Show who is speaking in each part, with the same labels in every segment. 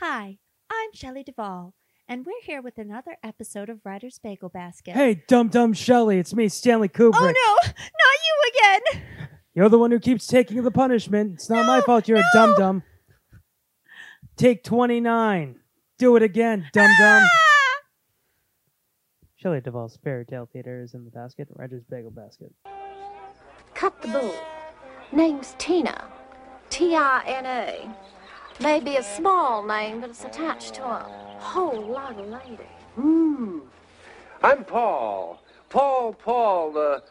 Speaker 1: Hi, I'm Shelley Duvall, and we're here with another episode of Writer's Bagel Basket.
Speaker 2: Hey, dum dum Shelley, it's me, Stanley Kubrick.
Speaker 1: Oh no, not you again!
Speaker 2: You're the one who keeps taking the punishment. It's not my
Speaker 1: No,
Speaker 2: fault you're a
Speaker 1: no.
Speaker 2: dum dum. Take 29. Do it again, dum dum.
Speaker 1: Ah!
Speaker 2: Shelley Duvall's fairy tale theater is in the basket, Roger's bagel basket.
Speaker 3: Cut the bull. Name's Tina. T I N A. Maybe a small name, but it's attached to a whole lot of ladies.
Speaker 4: Hmm. I'm Paul. Paul, Paul, the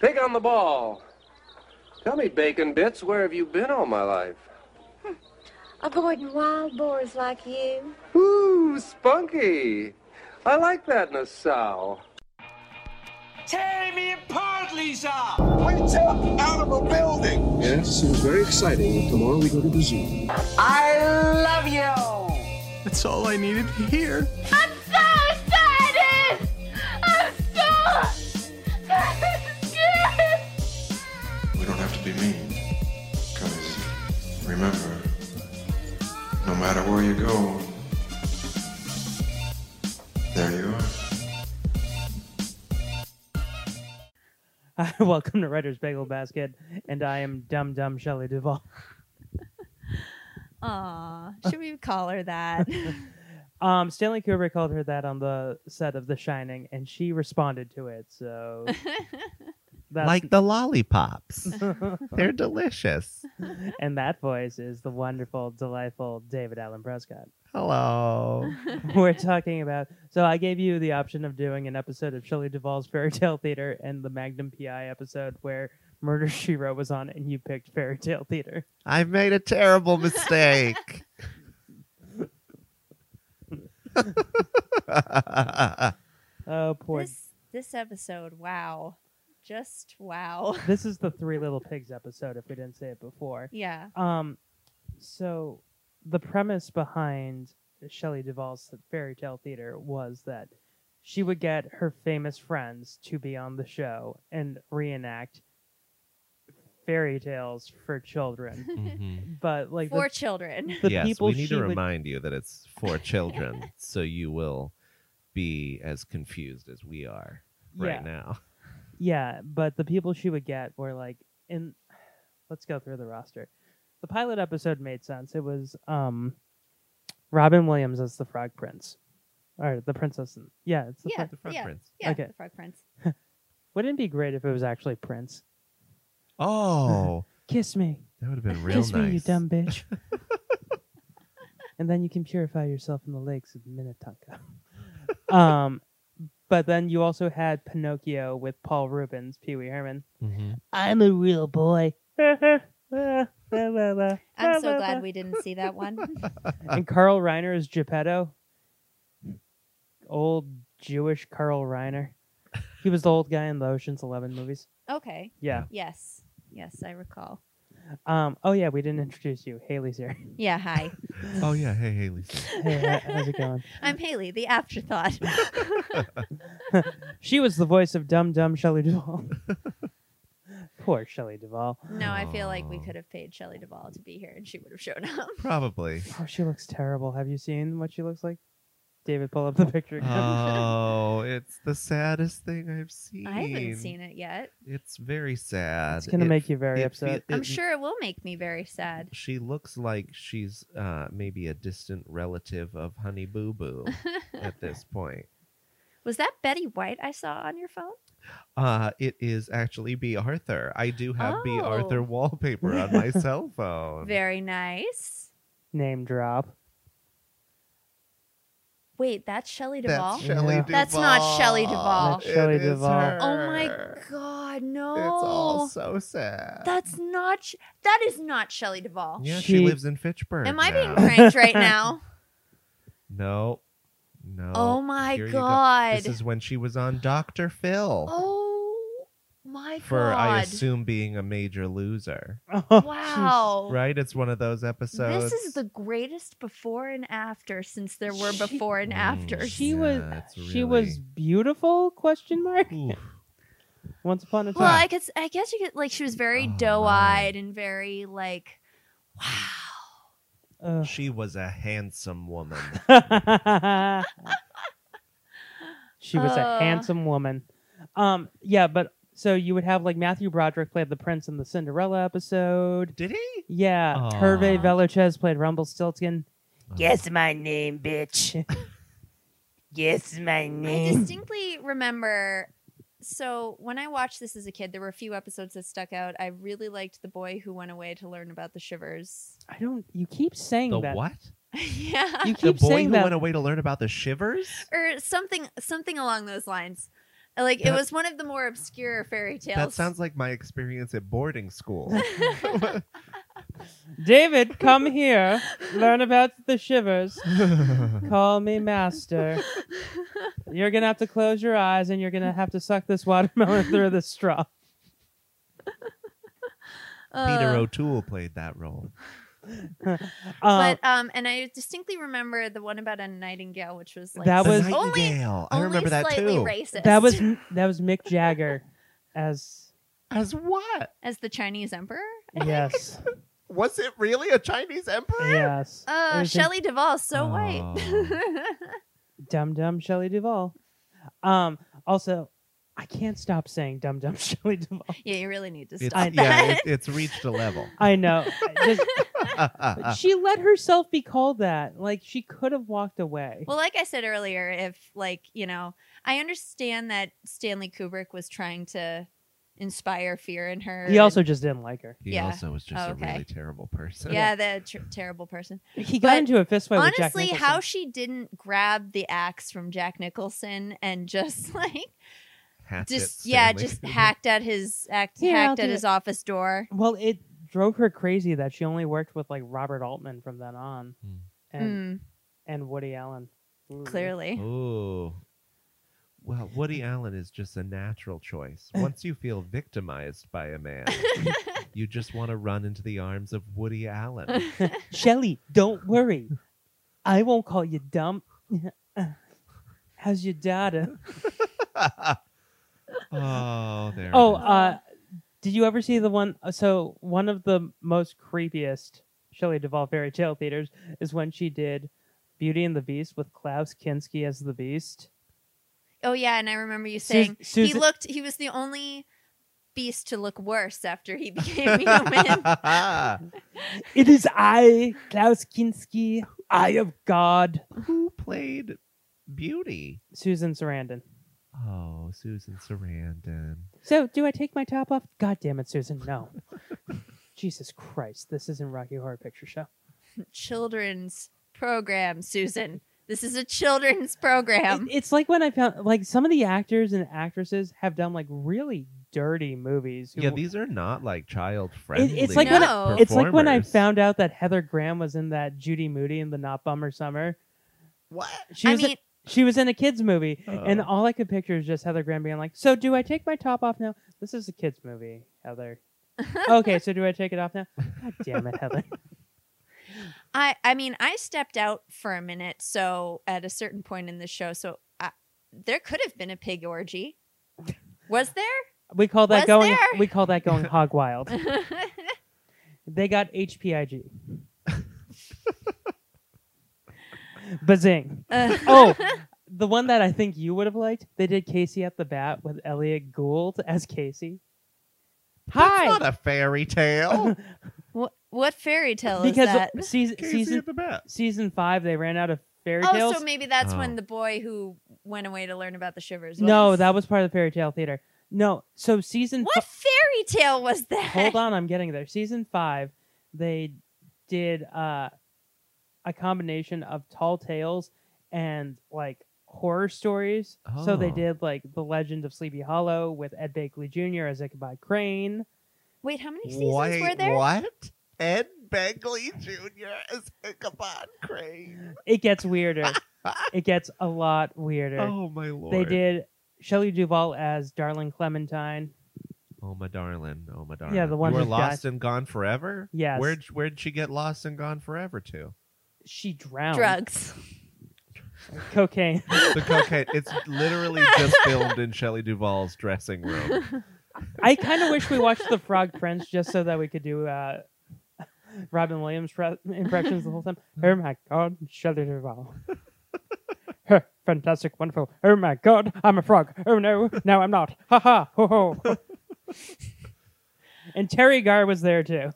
Speaker 4: pig on the ball. Tell me, Bacon Bits, where have you been all my life?
Speaker 3: Avoiding wild boars like you.
Speaker 4: Ooh, spunky. I like that in a sow.
Speaker 5: Tear me apart, Lisa!
Speaker 6: Wait up! Out of a building! Yes, it was very exciting. Tomorrow we go to the zoo.
Speaker 5: I love you!
Speaker 7: That's all I needed to hear.
Speaker 8: We don't have to be mean. Because remember, no matter where you go, there you are.
Speaker 2: Hi, welcome to Writer's Bagel Basket, and I am dum dum Shelley Duvall.
Speaker 1: Aw, should we call her that?
Speaker 2: Um, Stanley Kubrick called her that on the set of The Shining, and she responded to it, so. That's,
Speaker 7: Like the lollipops.
Speaker 2: Uh-huh.
Speaker 7: They're delicious.
Speaker 2: and that voice is the wonderful, delightful David Allen Prescott.
Speaker 7: Hello.
Speaker 2: we're talking about. So I gave you the option of doing an episode of Shelley Duvall's Fairy Tale Theater and the Magnum PI episode where Murder She Wrote was on, and you picked Fairy Tale Theater.
Speaker 7: I made a terrible mistake.
Speaker 2: Oh, poor. This,
Speaker 1: this this episode, wow, just wow.
Speaker 2: is the Three Little Pigs episode. If we didn't say it before,
Speaker 1: Yeah,
Speaker 2: um, so the premise behind Shelley Duvall's Fairy Tale Theater was that she would get her famous friends to be on the show and reenact fairy tales for children. but like
Speaker 1: for
Speaker 2: the,
Speaker 1: children.
Speaker 2: the
Speaker 7: yes,
Speaker 2: Mm-hmm. people
Speaker 7: we need
Speaker 2: she
Speaker 7: to
Speaker 2: would,
Speaker 7: remind you that it's for children, so you will be as confused as we are
Speaker 2: yeah,
Speaker 7: right now.
Speaker 2: yeah, but the people she would get were like in. Let's go through the roster. The pilot episode made sense. It was um, Robin Williams as the Frog Prince, or the Princess. and- Yeah, it's the
Speaker 1: Yeah.
Speaker 2: Frog-
Speaker 7: The front
Speaker 1: Yeah.
Speaker 7: prints.
Speaker 1: Yeah,
Speaker 2: Okay.
Speaker 1: the Frog Prince.
Speaker 2: Wouldn't it be great if it was actually Prince?
Speaker 7: Oh,
Speaker 2: Kiss me,
Speaker 7: that would have been real
Speaker 2: kiss
Speaker 7: nice.
Speaker 2: me, you dumb bitch. and then you can purify yourself in the lakes of Minnetonka. um, but then you also had Pinocchio with Paul Rubens, Pee Wee Herman.
Speaker 7: Mhm.
Speaker 2: I'm a real boy.
Speaker 1: I'm
Speaker 2: I'm
Speaker 1: so glad we didn't see that one.
Speaker 2: And Carl Reiner is Geppetto. Old Jewish Carl Reiner. He was the old guy in the Ocean's Eleven movies.
Speaker 1: Okay,
Speaker 2: Yeah.
Speaker 1: yes, yes, I recall.
Speaker 2: Um. Oh yeah, we didn't introduce you. Haley's here.
Speaker 1: Yeah, hi,
Speaker 7: Oh yeah. Hey, hey, Lisa.
Speaker 2: Hey, how- how's it going?
Speaker 1: I'm Haley, the afterthought.
Speaker 2: She was the voice of Dumb Dumb Shelley Duvall. Poor Shelley Duvall.
Speaker 1: no, I feel like we
Speaker 7: Aw.
Speaker 1: could have paid Shelley Duvall to be here, and she would have shown up.
Speaker 7: Probably.
Speaker 2: Oh, she looks terrible. Have you seen what she looks like? David, pull up the picture. again.
Speaker 7: Oh, it's the saddest thing I've seen.
Speaker 1: I haven't seen it yet.
Speaker 7: It's very sad.
Speaker 2: it's gonna
Speaker 7: It-
Speaker 2: make you very
Speaker 7: it
Speaker 2: upset.
Speaker 7: fe-
Speaker 1: I'm
Speaker 7: it-
Speaker 1: sure it will make me very sad.
Speaker 7: She looks like she's uh, maybe a distant relative of Honey Boo Boo at this point.
Speaker 1: Was that Betty White I saw on your phone?
Speaker 7: Uh, it is actually B. Arthur. I do have B.
Speaker 1: Oh.
Speaker 7: Arthur wallpaper on my cell phone.
Speaker 1: Very nice.
Speaker 2: Name drop.
Speaker 1: Wait, that's Shelley Duvall.
Speaker 7: That's Shelley
Speaker 2: Yeah.
Speaker 7: Duvall.
Speaker 1: That's not Shelley Duvall.
Speaker 2: That's Shelley
Speaker 7: It is
Speaker 2: Duvall.
Speaker 1: oh my
Speaker 7: her.
Speaker 1: god,
Speaker 7: It's
Speaker 1: no.
Speaker 7: all so sad.
Speaker 1: that's not Sh- that is not Shelley Duvall.
Speaker 7: yeah,
Speaker 2: She-
Speaker 7: she lives in Fitchburg.
Speaker 1: Am I being
Speaker 7: now.
Speaker 1: pranked right now?
Speaker 7: No, no.
Speaker 1: Oh, my
Speaker 7: here you go.
Speaker 1: god.
Speaker 7: This is when she was on Dr. Phil
Speaker 1: oh my
Speaker 7: for,
Speaker 1: god.
Speaker 7: I assume, being a major loser.
Speaker 1: wow.
Speaker 7: Right? It's one of those episodes.
Speaker 1: Oh. this is the greatest before and after since there were
Speaker 2: She-
Speaker 1: before and
Speaker 7: Mm.
Speaker 1: after.
Speaker 2: she
Speaker 7: Yeah,
Speaker 2: was
Speaker 7: it's
Speaker 2: she was
Speaker 7: really-
Speaker 2: beautiful question mark
Speaker 7: Oof.
Speaker 2: once upon a
Speaker 1: Well,
Speaker 2: time
Speaker 1: I guess I
Speaker 2: Oh,
Speaker 1: guess you could like she was very
Speaker 7: Oh,
Speaker 1: doe-eyed and very like wow.
Speaker 2: Ugh.
Speaker 7: She was a handsome woman.
Speaker 2: she was a
Speaker 1: Uh.
Speaker 2: handsome woman. Um, yeah, but so you would have like Matthew Broderick played the prince in the Cinderella episode.
Speaker 7: Did he?
Speaker 2: Yeah,
Speaker 7: Aw.
Speaker 2: Hervé Velasquez played Rumpelstiltskin.
Speaker 9: Guess my name, bitch. Guess my
Speaker 1: I
Speaker 9: name.
Speaker 1: distinctly remember. So when I watched this as a kid, there were a few episodes that stuck out. I really liked the boy who went away to learn about the shivers.
Speaker 2: I don't. You keep saying
Speaker 7: The
Speaker 2: that.
Speaker 7: what?
Speaker 1: yeah,
Speaker 2: You
Speaker 7: The
Speaker 2: keep
Speaker 7: boy
Speaker 2: saying
Speaker 7: who
Speaker 2: that.
Speaker 7: went away to learn about the shivers?
Speaker 1: or something, something along those lines. Like it
Speaker 7: That-
Speaker 1: was one of the more obscure fairy tales.
Speaker 7: That sounds like my experience at boarding school.
Speaker 2: David, come here. Learn about the shivers. Call me master. You're gonna have to close your eyes and you're gonna have to suck this watermelon through the straw.
Speaker 7: Peter
Speaker 1: Ugh.
Speaker 2: uh,
Speaker 7: O'Toole played that role.
Speaker 2: Um,
Speaker 1: but um, and I distinctly remember the one about a nightingale, which was like
Speaker 2: That
Speaker 7: The
Speaker 2: was-
Speaker 1: only,
Speaker 7: Nightingale. I
Speaker 1: only
Speaker 7: remember that
Speaker 1: slightly
Speaker 7: too.
Speaker 1: racist.
Speaker 2: that was that was Mick Jagger as
Speaker 7: As what?
Speaker 1: as the Chinese emperor.
Speaker 2: yes.
Speaker 7: Was it really a Chinese emperor?
Speaker 2: Yes. It
Speaker 1: Uh,
Speaker 2: was in
Speaker 1: Shelley Duvall, so white.
Speaker 7: Oh.
Speaker 2: Dum Dum Shelley Duvall. Um also I can't stop saying Dum Dum Shelley Duvall.
Speaker 1: yeah, you really need to
Speaker 7: It's,
Speaker 1: stop that.
Speaker 7: yeah, it, it's reached a level.
Speaker 2: I know. I just-
Speaker 1: Ah.
Speaker 2: but she let herself be called that. Like she could have walked away.
Speaker 1: Well, like I said earlier, if like, you know, I understand that Stanley Kubrick was trying to inspire fear in her.
Speaker 2: he also
Speaker 1: and-
Speaker 2: just didn't like her.
Speaker 7: he
Speaker 1: yeah.
Speaker 7: also was just
Speaker 1: Oh,
Speaker 7: a
Speaker 1: okay.
Speaker 7: really terrible person.
Speaker 1: yeah, the tr- terrible person.
Speaker 2: He
Speaker 1: But
Speaker 2: got into a fistfight with Jack
Speaker 1: Honestly, how
Speaker 2: Nicholson.
Speaker 1: she didn't grab the axe from Jack Nicholson and just like
Speaker 7: Hatchet
Speaker 1: just yeah,
Speaker 7: Stanley.
Speaker 1: just hacked at his act,
Speaker 2: Yeah, I'll
Speaker 1: hacked
Speaker 2: do
Speaker 1: at
Speaker 2: it.
Speaker 1: his office door.
Speaker 2: Well, it drove her crazy that she only worked with like Robert Altman from then on,
Speaker 7: Hmm.
Speaker 2: and
Speaker 1: Mm,
Speaker 2: and Woody Allen. Ooh.
Speaker 1: clearly.
Speaker 7: Ooh. Well, Woody Allen is just a natural choice. Once you feel victimized by a man, you just want to run into the arms of Woody Allen.
Speaker 2: Shelly, don't worry, I won't call you dumb. How's your daughter?
Speaker 7: oh, there. it
Speaker 2: Oh,
Speaker 7: is.
Speaker 2: uh, did you ever see the one? uh, So one of the most creepiest Shelley Duvall fairy tale theaters is when she did Beauty and the Beast with Klaus Kinski as the Beast.
Speaker 1: Oh yeah, and I remember you
Speaker 2: Sus-
Speaker 1: saying he
Speaker 2: Susan-
Speaker 1: looked he was the only beast to look worse after he became human.
Speaker 2: It is I, Klaus Kinski, I of God.
Speaker 7: Who played Beauty?
Speaker 2: Susan Sarandon.
Speaker 7: Oh, Susan Sarandon.
Speaker 2: So, do I take my top off? God damn it, Susan, no. Jesus Christ, this isn't Rocky Horror Picture Show.
Speaker 1: children's program, Susan. This is a children's program.
Speaker 2: It- it's like when I found like some of the actors and actresses have done like really dirty movies. who-
Speaker 7: Yeah, these are not like child
Speaker 2: It-
Speaker 7: friendly.
Speaker 2: it's like when
Speaker 1: No.
Speaker 2: I, it's like when I found out that Heather Graham was in that Judy Moody in the Not Bummer Summer.
Speaker 7: What?
Speaker 2: She
Speaker 1: I
Speaker 2: was in-
Speaker 1: mean,
Speaker 2: she was in a kids movie, and
Speaker 7: Oh.
Speaker 2: all I could picture is just Heather Graham being like, "So do I take my top off now? This is a kids movie, Heather." okay, so do I take it off now? God damn it, Heather.
Speaker 1: I I mean, I stepped out for a minute, so at a certain point in the show, so I, there could have been a pig orgy. Was there?
Speaker 2: We call that
Speaker 1: Was
Speaker 2: going.
Speaker 1: there?
Speaker 2: We call that going hog wild. They got HPIG. Bazing.
Speaker 1: Uh,
Speaker 2: Oh, the one that I think you would have liked. They did Casey at the Bat with Elliot Gould as Casey. Hi.
Speaker 7: Not a fairy
Speaker 2: Uh-huh.
Speaker 7: tale.
Speaker 1: what, what fairy tale
Speaker 2: because
Speaker 1: is that?
Speaker 2: season
Speaker 7: Casey
Speaker 2: season
Speaker 7: at the bat.
Speaker 2: season five, they ran out of fairy
Speaker 1: Oh,
Speaker 2: tales.
Speaker 1: so maybe that's
Speaker 7: Oh.
Speaker 1: when the boy who went away to learn about the shivers. Was.
Speaker 2: no, that was part of the fairy tale theater. No, so season
Speaker 1: What fairy tale was that?
Speaker 2: hold on, I'm getting there. Season five, they did uh, a combination of tall tales and like horror stories. So they
Speaker 7: Oh.
Speaker 2: did like The Legend of Sleepy Hollow with Ed Bakley Jr. as Ichabod Crane.
Speaker 1: Wait, how many seasons were
Speaker 7: Wait,
Speaker 1: there?
Speaker 7: what? Ed Begley Jr. is Ichabod Crane.
Speaker 2: It gets weirder. it gets a lot weirder.
Speaker 7: Oh my lord!
Speaker 2: they did Shelley Duvall as Darling Clementine.
Speaker 7: Oh my darling. Oh my darling.
Speaker 2: the one
Speaker 7: you were
Speaker 2: who's got-
Speaker 7: lost and gone forever.
Speaker 2: Yes.
Speaker 7: Where'd where'd she get lost and gone forever to?
Speaker 2: She drowned.
Speaker 1: Drugs.
Speaker 2: Cocaine.
Speaker 7: The cocaine. it's literally just filmed in Shelley Duvall's dressing room.
Speaker 2: I kind of wish we watched The Frog Prince just so that we could do uh, Robin Williams pre- impressions the whole time. Oh my god, Shelley Duvall. Huh, Fantastic, wonderful. Oh my god, I'm a frog. Oh no, no, I'm not. Ha ha, ho ho. and Terry Gar was there too.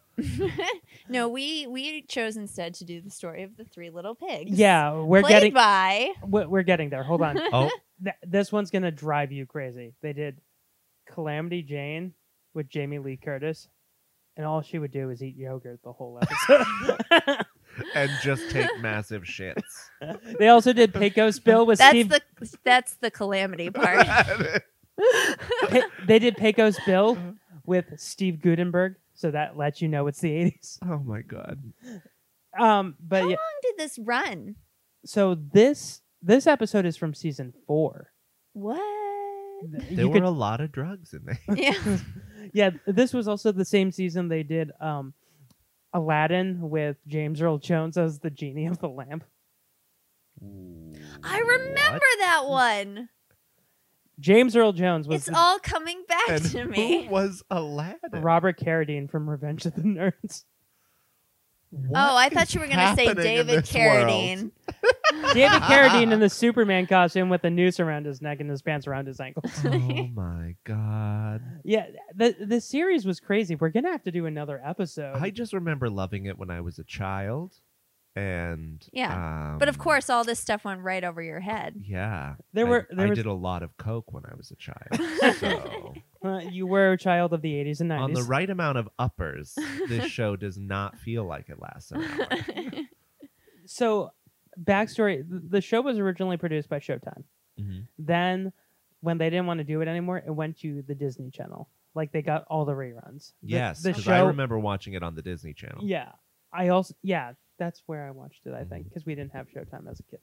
Speaker 1: no, we we chose instead to do the story of the three little pigs.
Speaker 2: Yeah, we're
Speaker 1: played
Speaker 2: getting
Speaker 1: by
Speaker 2: we- we're getting there. Hold on.
Speaker 7: Oh.
Speaker 2: Th- this one's gonna drive you crazy. They did Calamity Jane with Jamie Lee Curtis, and all she would do is eat yogurt the whole episode.
Speaker 7: and just take massive shits.
Speaker 2: they also did Pecos Bill with
Speaker 1: that's
Speaker 2: Steve.
Speaker 1: the that's the calamity part.
Speaker 2: Pe- they did Pecos Bill
Speaker 7: Mm-hmm.
Speaker 2: with Steve Gutenberg, so that lets you know it's the '80s.
Speaker 7: Oh my god.
Speaker 2: Um, but
Speaker 1: How
Speaker 2: yeah,
Speaker 1: long did this run?
Speaker 2: so this this episode is from season four.
Speaker 1: What?
Speaker 2: Th-
Speaker 7: There
Speaker 2: you
Speaker 7: were
Speaker 2: could-
Speaker 7: a lot of drugs in there.
Speaker 1: Yeah.
Speaker 2: yeah, this was also the same season they did um, Aladdin with James Earl Jones as the genie of the lamp.
Speaker 1: I remember that one.
Speaker 2: James Earl Jones was
Speaker 1: It's
Speaker 2: the-
Speaker 1: all coming back
Speaker 7: And
Speaker 1: to me.
Speaker 7: Who was Aladdin?
Speaker 2: Robert Carradine from Revenge of the Nerds.
Speaker 7: What
Speaker 1: Oh, I
Speaker 7: is
Speaker 1: thought you were going to say
Speaker 7: happening in
Speaker 1: David
Speaker 7: this world?
Speaker 1: Carradine.
Speaker 2: David Carradine in the Superman costume with a noose around his neck and his pants around his ankles.
Speaker 7: Oh my god.
Speaker 2: Yeah, the the series was crazy. We're gonna have to do another episode.
Speaker 7: I just remember loving it when I was a child. And
Speaker 1: Yeah. But of
Speaker 7: um,
Speaker 1: course, all this stuff went right over your head.
Speaker 7: Yeah.
Speaker 2: There
Speaker 7: I-
Speaker 2: were- there
Speaker 7: I
Speaker 2: was-
Speaker 7: did a lot of coke when I was a child. So
Speaker 2: Uh, you were a child of the '80s and '90s.
Speaker 7: on the right amount of uppers, this show does not feel like it lasts an hour.
Speaker 2: So, backstory: th- the show was originally produced by Showtime.
Speaker 7: Mhm.
Speaker 2: Then, when they didn't want to do it anymore, it went to the Disney Channel. Like they got all the reruns. The-
Speaker 7: Yes,
Speaker 2: the,
Speaker 7: because
Speaker 2: show.
Speaker 7: I remember watching it on the Disney Channel.
Speaker 2: Yeah, I also yeah, that's where I watched it. I think because we didn't have Showtime as a kid,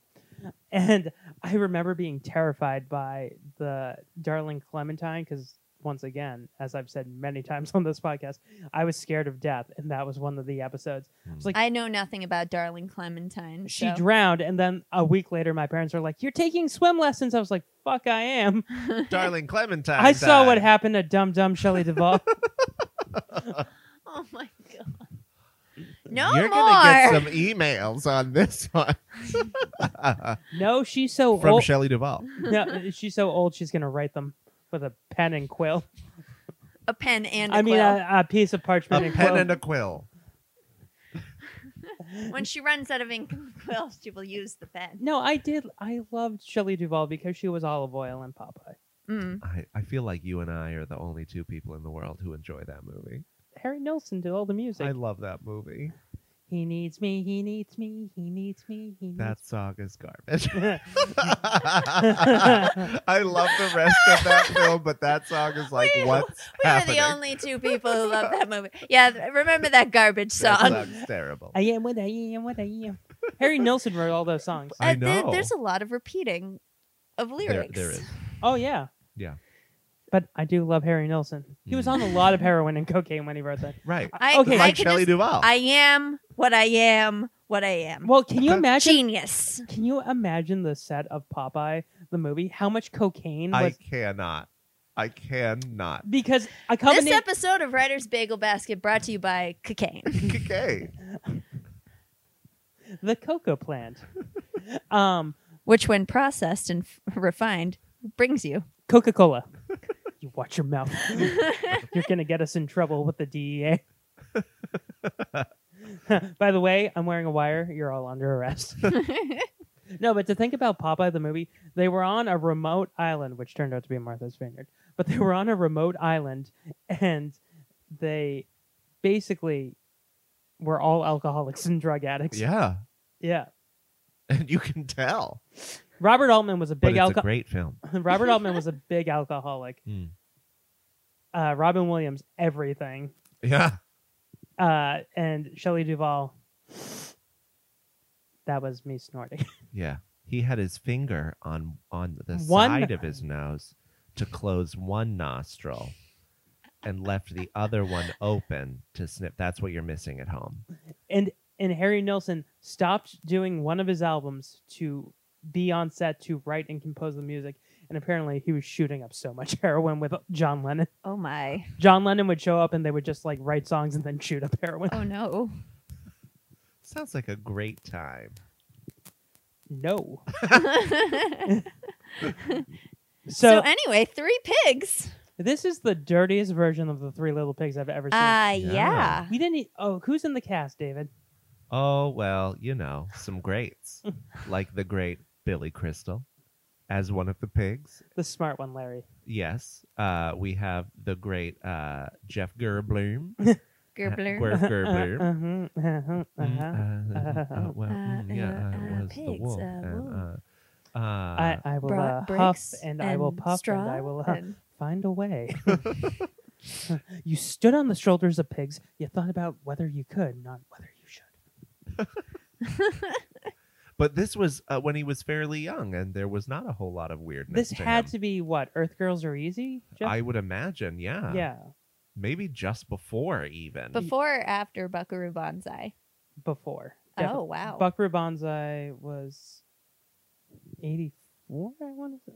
Speaker 2: and I remember being terrified by the Darling Clementine because once again, as I've said many times on this podcast, I was scared of death, and that was one of the episodes. Like-
Speaker 1: I know nothing about Darling Clementine.
Speaker 2: She
Speaker 1: so-
Speaker 2: drowned, and then a week later, my parents were like, "You're taking swim lessons." I was like, "Fuck, I am."
Speaker 7: Darling Clementine.
Speaker 2: I saw what
Speaker 7: died.
Speaker 2: happened to Dumb Dumb Shelley Duvall.
Speaker 1: oh my God. No
Speaker 7: You're
Speaker 1: more.
Speaker 7: gonna get some emails on this one
Speaker 2: no, she's so
Speaker 7: from
Speaker 2: old.
Speaker 7: Shelley Duvall.
Speaker 2: no, she's so old. She's gonna write them with a pen and quill.
Speaker 1: a pen and a
Speaker 2: I mean, uh,
Speaker 1: quill.
Speaker 2: a, a piece of
Speaker 7: A
Speaker 2: parchment and
Speaker 7: pen
Speaker 2: quill.
Speaker 7: and a quill.
Speaker 1: when she runs out of ink and quills, she will use the pen.
Speaker 2: no, I did. I loved Shelley Duvall because she was olive oil and Popeye.
Speaker 1: Mm.
Speaker 7: I, I feel like you and I are the only two people in the world who enjoy that movie.
Speaker 2: Harry Nilsson did all the music.
Speaker 7: I love that movie.
Speaker 2: He needs me. He needs me. He needs me. He needs.
Speaker 7: That song is garbage.
Speaker 2: me.
Speaker 7: I love the rest of that film, but that song is like
Speaker 1: We-
Speaker 7: what's
Speaker 1: We are
Speaker 7: happening.
Speaker 1: the only two people who love that movie. Yeah, th- remember that garbage
Speaker 7: That
Speaker 1: song. Uh,
Speaker 7: song's terrible.
Speaker 2: I am what I am. What I am. Harry Nilsson wrote all those songs.
Speaker 7: I
Speaker 1: Uh, there-
Speaker 7: know.
Speaker 1: there's a lot of repeating of
Speaker 7: There-
Speaker 1: lyrics.
Speaker 7: there is.
Speaker 2: Oh yeah.
Speaker 7: Yeah. Mm.
Speaker 2: But I do love Harry Nilsson. He was on a lot of heroin and cocaine when he wrote that.
Speaker 7: Right.
Speaker 1: I,
Speaker 2: Okay.
Speaker 1: Uh, I
Speaker 7: like
Speaker 1: can
Speaker 7: Shelley
Speaker 1: just-
Speaker 7: Duvall.
Speaker 1: I am what I am. What I am.
Speaker 2: Well, can you imagine?
Speaker 1: Genius.
Speaker 2: Can you imagine the set of Popeye the movie? How much cocaine
Speaker 7: I
Speaker 2: was?
Speaker 7: cannot. I cannot.
Speaker 2: Because a
Speaker 1: This
Speaker 2: combination.
Speaker 1: episode of Writer's Bagel Basket brought to you by cocaine.
Speaker 7: Okay.
Speaker 2: the cocoa plant. um,
Speaker 1: which when processed and f- refined brings you
Speaker 2: Coca Cola. you watch your mouth. You're gonna get us in trouble with the DEA. By the way, I'm wearing a wire. You're all under arrest. no, but to think about Popeye the movie, they were on a remote island, which turned out to be Martha's Vineyard. But they were on a remote island, and they basically were all alcoholics and drug addicts.
Speaker 7: Yeah.
Speaker 2: yeah.
Speaker 7: And you can tell.
Speaker 2: Robert Altman was a
Speaker 7: But
Speaker 2: big
Speaker 7: it's a
Speaker 2: alcoholic.
Speaker 7: great film.
Speaker 2: Robert Altman was a big alcoholic.
Speaker 7: Mm.
Speaker 2: Uh, Robin Williams, everything.
Speaker 7: Yeah.
Speaker 2: Uh, and Shelley Duvall. That was me snorting.
Speaker 7: Yeah. He had his finger on on the
Speaker 2: One-
Speaker 7: side of his nose to close one nostril and left the other one open to snip. That's what you're missing at home.
Speaker 2: And and Harry Nilsson stopped doing one of his albums to be on set to write and compose the music. And apparently, he was shooting up so much heroin with John Lennon.
Speaker 1: oh my
Speaker 2: John Lennon would show up, and they would just like write songs and then shoot up heroin.
Speaker 1: oh no
Speaker 7: Sounds like a great time.
Speaker 2: No.
Speaker 1: So,
Speaker 2: so,
Speaker 1: anyway, three pigs.
Speaker 2: this is the dirtiest version of the Three Little Pigs I've ever seen.
Speaker 1: Uh, yeah.
Speaker 7: Yeah.
Speaker 2: we didn't. E- oh, who's in the cast, David?
Speaker 7: Oh, well, you know, some greats. like the great Billy Crystal as one of the pigs.
Speaker 2: The smart one, Larry.
Speaker 7: Yes. Uh, we have the great uh, Jeff Gerbloom.
Speaker 1: Gerbler.
Speaker 7: Werf Gerbloom.
Speaker 2: Uh-huh, uh-huh, uh-huh.
Speaker 7: Mm, uh, uh,
Speaker 2: uh,
Speaker 7: uh, well, mm,
Speaker 1: uh,
Speaker 7: yeah,
Speaker 1: uh,
Speaker 7: I was the
Speaker 1: pigs,
Speaker 7: wolf.
Speaker 1: uh,
Speaker 7: and,
Speaker 1: wolf.
Speaker 7: uh, uh,
Speaker 2: I, I will
Speaker 1: brought
Speaker 2: uh, huff
Speaker 1: bricks
Speaker 2: and, I will
Speaker 1: and
Speaker 2: puff and
Speaker 1: straw
Speaker 2: I will uh,
Speaker 1: and-
Speaker 2: find a way. you stood on the shoulders of pigs. You thought about whether you could, not whether you should.
Speaker 7: but this was uh, when he was fairly young, and there was not a whole lot of weirdness.
Speaker 2: This had
Speaker 7: him.
Speaker 2: to be what Earth Girls Are Easy. Jeff?
Speaker 7: I would imagine, yeah.
Speaker 2: yeah,
Speaker 7: Maybe just before, even.
Speaker 1: Before or after Buckaroo Banzai?
Speaker 2: before.
Speaker 1: Oh, wow.
Speaker 2: Buckaroo Banzai was eighty-four. I want to.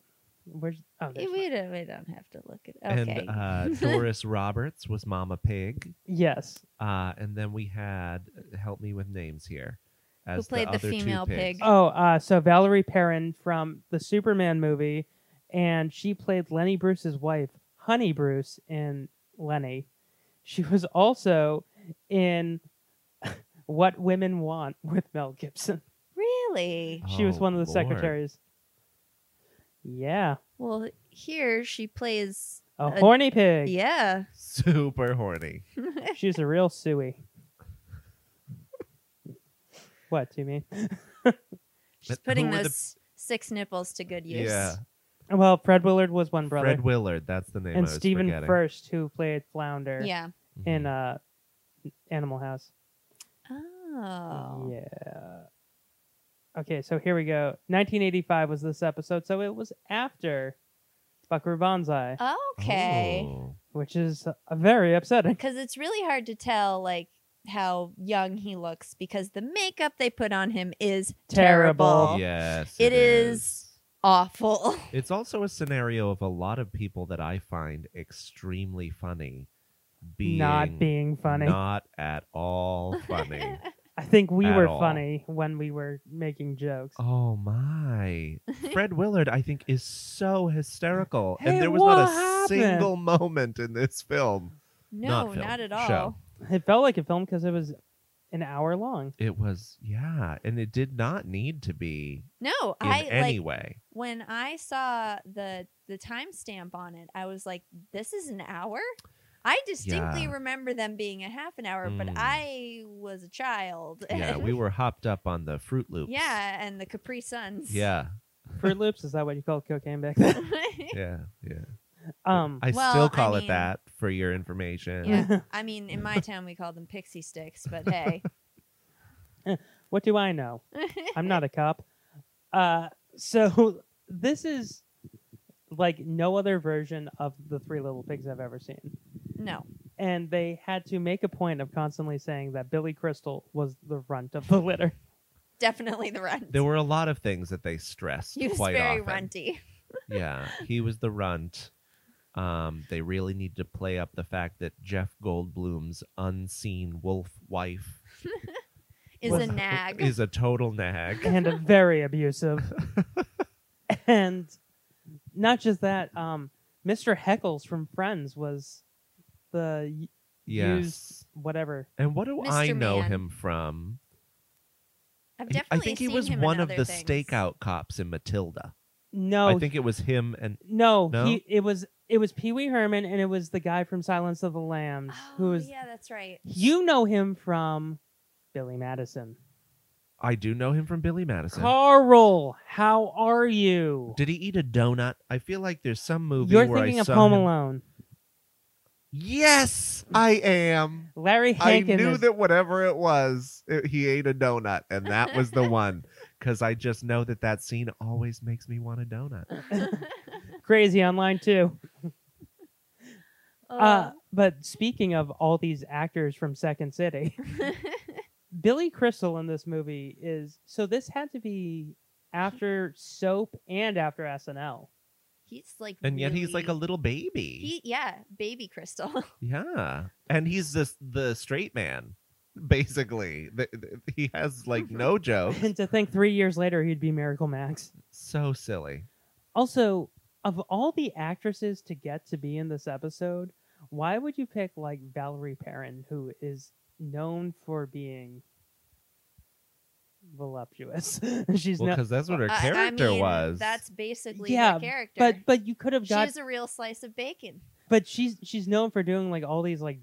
Speaker 2: Where's oh, there's mine.
Speaker 1: we, don't, we don't have to look at Okay.
Speaker 7: And uh, Doris Roberts was Mama Pig.
Speaker 2: yes,
Speaker 7: Uh, and then we had, uh, help me with names here. As
Speaker 1: played the
Speaker 7: other two
Speaker 1: female pig?
Speaker 7: pigs.
Speaker 2: Oh, uh, so Valerie Perrin from the Superman movie, and she played Lenny Bruce's wife, Honey Bruce, in Lenny. She was also in What Women Want with Mel Gibson.
Speaker 1: really?
Speaker 2: She was
Speaker 7: Oh,
Speaker 2: one of the
Speaker 7: Lord.
Speaker 2: secretaries. Yeah,
Speaker 1: Well, here she plays.
Speaker 2: a
Speaker 1: Uh,
Speaker 2: horny pig.
Speaker 1: Yeah.
Speaker 7: Super horny.
Speaker 2: She's a real suey. what do you mean?
Speaker 1: She's
Speaker 7: who
Speaker 1: putting
Speaker 7: were the-
Speaker 1: those six nipples to good use.
Speaker 7: Yeah.
Speaker 2: Well, Fred Willard was one brother,
Speaker 7: Fred Willard, that's the name I
Speaker 2: and
Speaker 7: was
Speaker 2: Stephen
Speaker 7: forgetting. Mm-hmm.
Speaker 2: First, who played Flounder
Speaker 1: Yeah.
Speaker 2: in uh, Animal House.
Speaker 1: Oh.
Speaker 2: Yeah. Okay, so here we go. 1985 was this episode, so it was after Buckaroo Banzai,
Speaker 1: Okay.
Speaker 7: Oh.
Speaker 2: which is uh, very upsetting.
Speaker 1: Because it's really hard to tell, like, how young he looks because the makeup they put on him is
Speaker 2: Terrible.
Speaker 1: terrible.
Speaker 7: Oh, Yes.
Speaker 1: It is awful.
Speaker 7: It's also a scenario of a lot of people that I find extremely funny being
Speaker 2: Not being funny.
Speaker 7: Not at all funny.
Speaker 2: I think we
Speaker 7: at
Speaker 2: were
Speaker 7: all.
Speaker 2: funny when we were making jokes.
Speaker 7: oh my. Fred Willard, I think, is so hysterical.
Speaker 2: Hey,
Speaker 7: and there was
Speaker 2: what
Speaker 7: not a
Speaker 2: happened?
Speaker 7: single moment in this film.
Speaker 1: No,
Speaker 7: Not
Speaker 1: not,
Speaker 7: film,
Speaker 1: at all.
Speaker 7: show.
Speaker 2: It felt like a film because it was an hour long.
Speaker 7: It was, yeah. And it did not need to be
Speaker 1: No,
Speaker 7: in
Speaker 1: I
Speaker 7: any
Speaker 1: like
Speaker 7: way.
Speaker 1: when I saw the the timestamp on it, I was like, "This is an hour." I distinctly
Speaker 7: Yeah.
Speaker 1: remember them being a half an hour, but
Speaker 7: Mm.
Speaker 1: I was a child.
Speaker 7: Yeah,
Speaker 1: and-
Speaker 7: we were hopped up on the Fruit Loops.
Speaker 1: yeah, and the Capri Suns.
Speaker 7: Yeah.
Speaker 2: Fruit Loops, is that what you called cocaine back then?
Speaker 7: Yeah. Yeah.
Speaker 2: Um,
Speaker 7: I
Speaker 1: Well,
Speaker 7: still
Speaker 1: I
Speaker 7: call it
Speaker 1: mean-
Speaker 7: that for your information.
Speaker 1: yeah. I mean, in my town, we called them pixie sticks, but hey,
Speaker 2: what do I know? I'm not a cop. Uh, so this is like no other version of the Three Little Pigs I've ever seen.
Speaker 1: no.
Speaker 2: and they had to make a point of constantly saying that Billy Crystal was the runt of the litter.
Speaker 1: Definitely the runt.
Speaker 7: There were a lot of things that they stressed
Speaker 1: he was
Speaker 7: quite
Speaker 1: very
Speaker 7: often.
Speaker 1: runty.
Speaker 7: Yeah, he was the runt. Um, they really need to play up the fact that Jeff Goldblum's unseen wolf wife
Speaker 1: Is
Speaker 2: Was-
Speaker 1: a nag.
Speaker 7: is a total nag.
Speaker 2: and a very abusive. and not just that, um, Mr. Heckles from Friends was the y-
Speaker 7: Yes.
Speaker 2: used whatever.
Speaker 7: And what do I
Speaker 1: Mr.
Speaker 7: know
Speaker 1: Man.
Speaker 7: him from?
Speaker 1: I've
Speaker 7: He-
Speaker 1: definitely
Speaker 7: I think he
Speaker 1: seen
Speaker 7: was
Speaker 1: him
Speaker 7: one
Speaker 1: in
Speaker 7: of
Speaker 1: other
Speaker 7: the
Speaker 1: things.
Speaker 7: stakeout cops in Matilda.
Speaker 2: No,
Speaker 7: I think it was him and
Speaker 2: no,
Speaker 7: No?
Speaker 2: He, it was it was Pee Wee Herman, and it was the guy from Silence of the Lambs who
Speaker 1: Oh,
Speaker 2: was
Speaker 1: yeah, that's right.
Speaker 2: you know him from Billy Madison.
Speaker 7: I do know him from Billy Madison.
Speaker 2: Carl, how are you?
Speaker 7: Did he eat a donut? I feel like there's some movie
Speaker 2: You're
Speaker 7: where
Speaker 2: thinking
Speaker 7: I
Speaker 2: of
Speaker 7: saw
Speaker 2: Home
Speaker 7: him-
Speaker 2: Alone.
Speaker 7: Yes, I am.
Speaker 2: Larry
Speaker 7: I
Speaker 2: Hankin.
Speaker 7: knew
Speaker 2: is-
Speaker 7: that whatever it was, it, he ate a donut, and that was the one. Because I just know that that scene always makes me want a donut.
Speaker 2: crazy online too.
Speaker 1: Oh,
Speaker 2: Uh, but speaking of all these actors from Second City, Billy Crystal in this movie is so this had to be after soap and after SNL.
Speaker 1: he's like,
Speaker 7: And yet he's like a
Speaker 1: really-
Speaker 7: little baby.
Speaker 1: He yeah, baby crystal.
Speaker 7: yeah, and he's this the straight man. basically. Th- th- he has like no joke.
Speaker 2: and to think three years later he'd be Miracle Max.
Speaker 7: So silly.
Speaker 2: Also, of all the actresses to get to be in this episode, why would you pick like Valerie Perrin, who is known for being voluptuous? She's
Speaker 7: Well,
Speaker 2: not.
Speaker 7: because that's what her
Speaker 1: I- I
Speaker 7: character
Speaker 1: mean,
Speaker 7: was.
Speaker 1: That's basically
Speaker 2: yeah,
Speaker 1: her character.
Speaker 2: but but you could have
Speaker 1: she
Speaker 2: got.
Speaker 1: was a real slice of bacon.
Speaker 2: But she's she's known for doing like all these like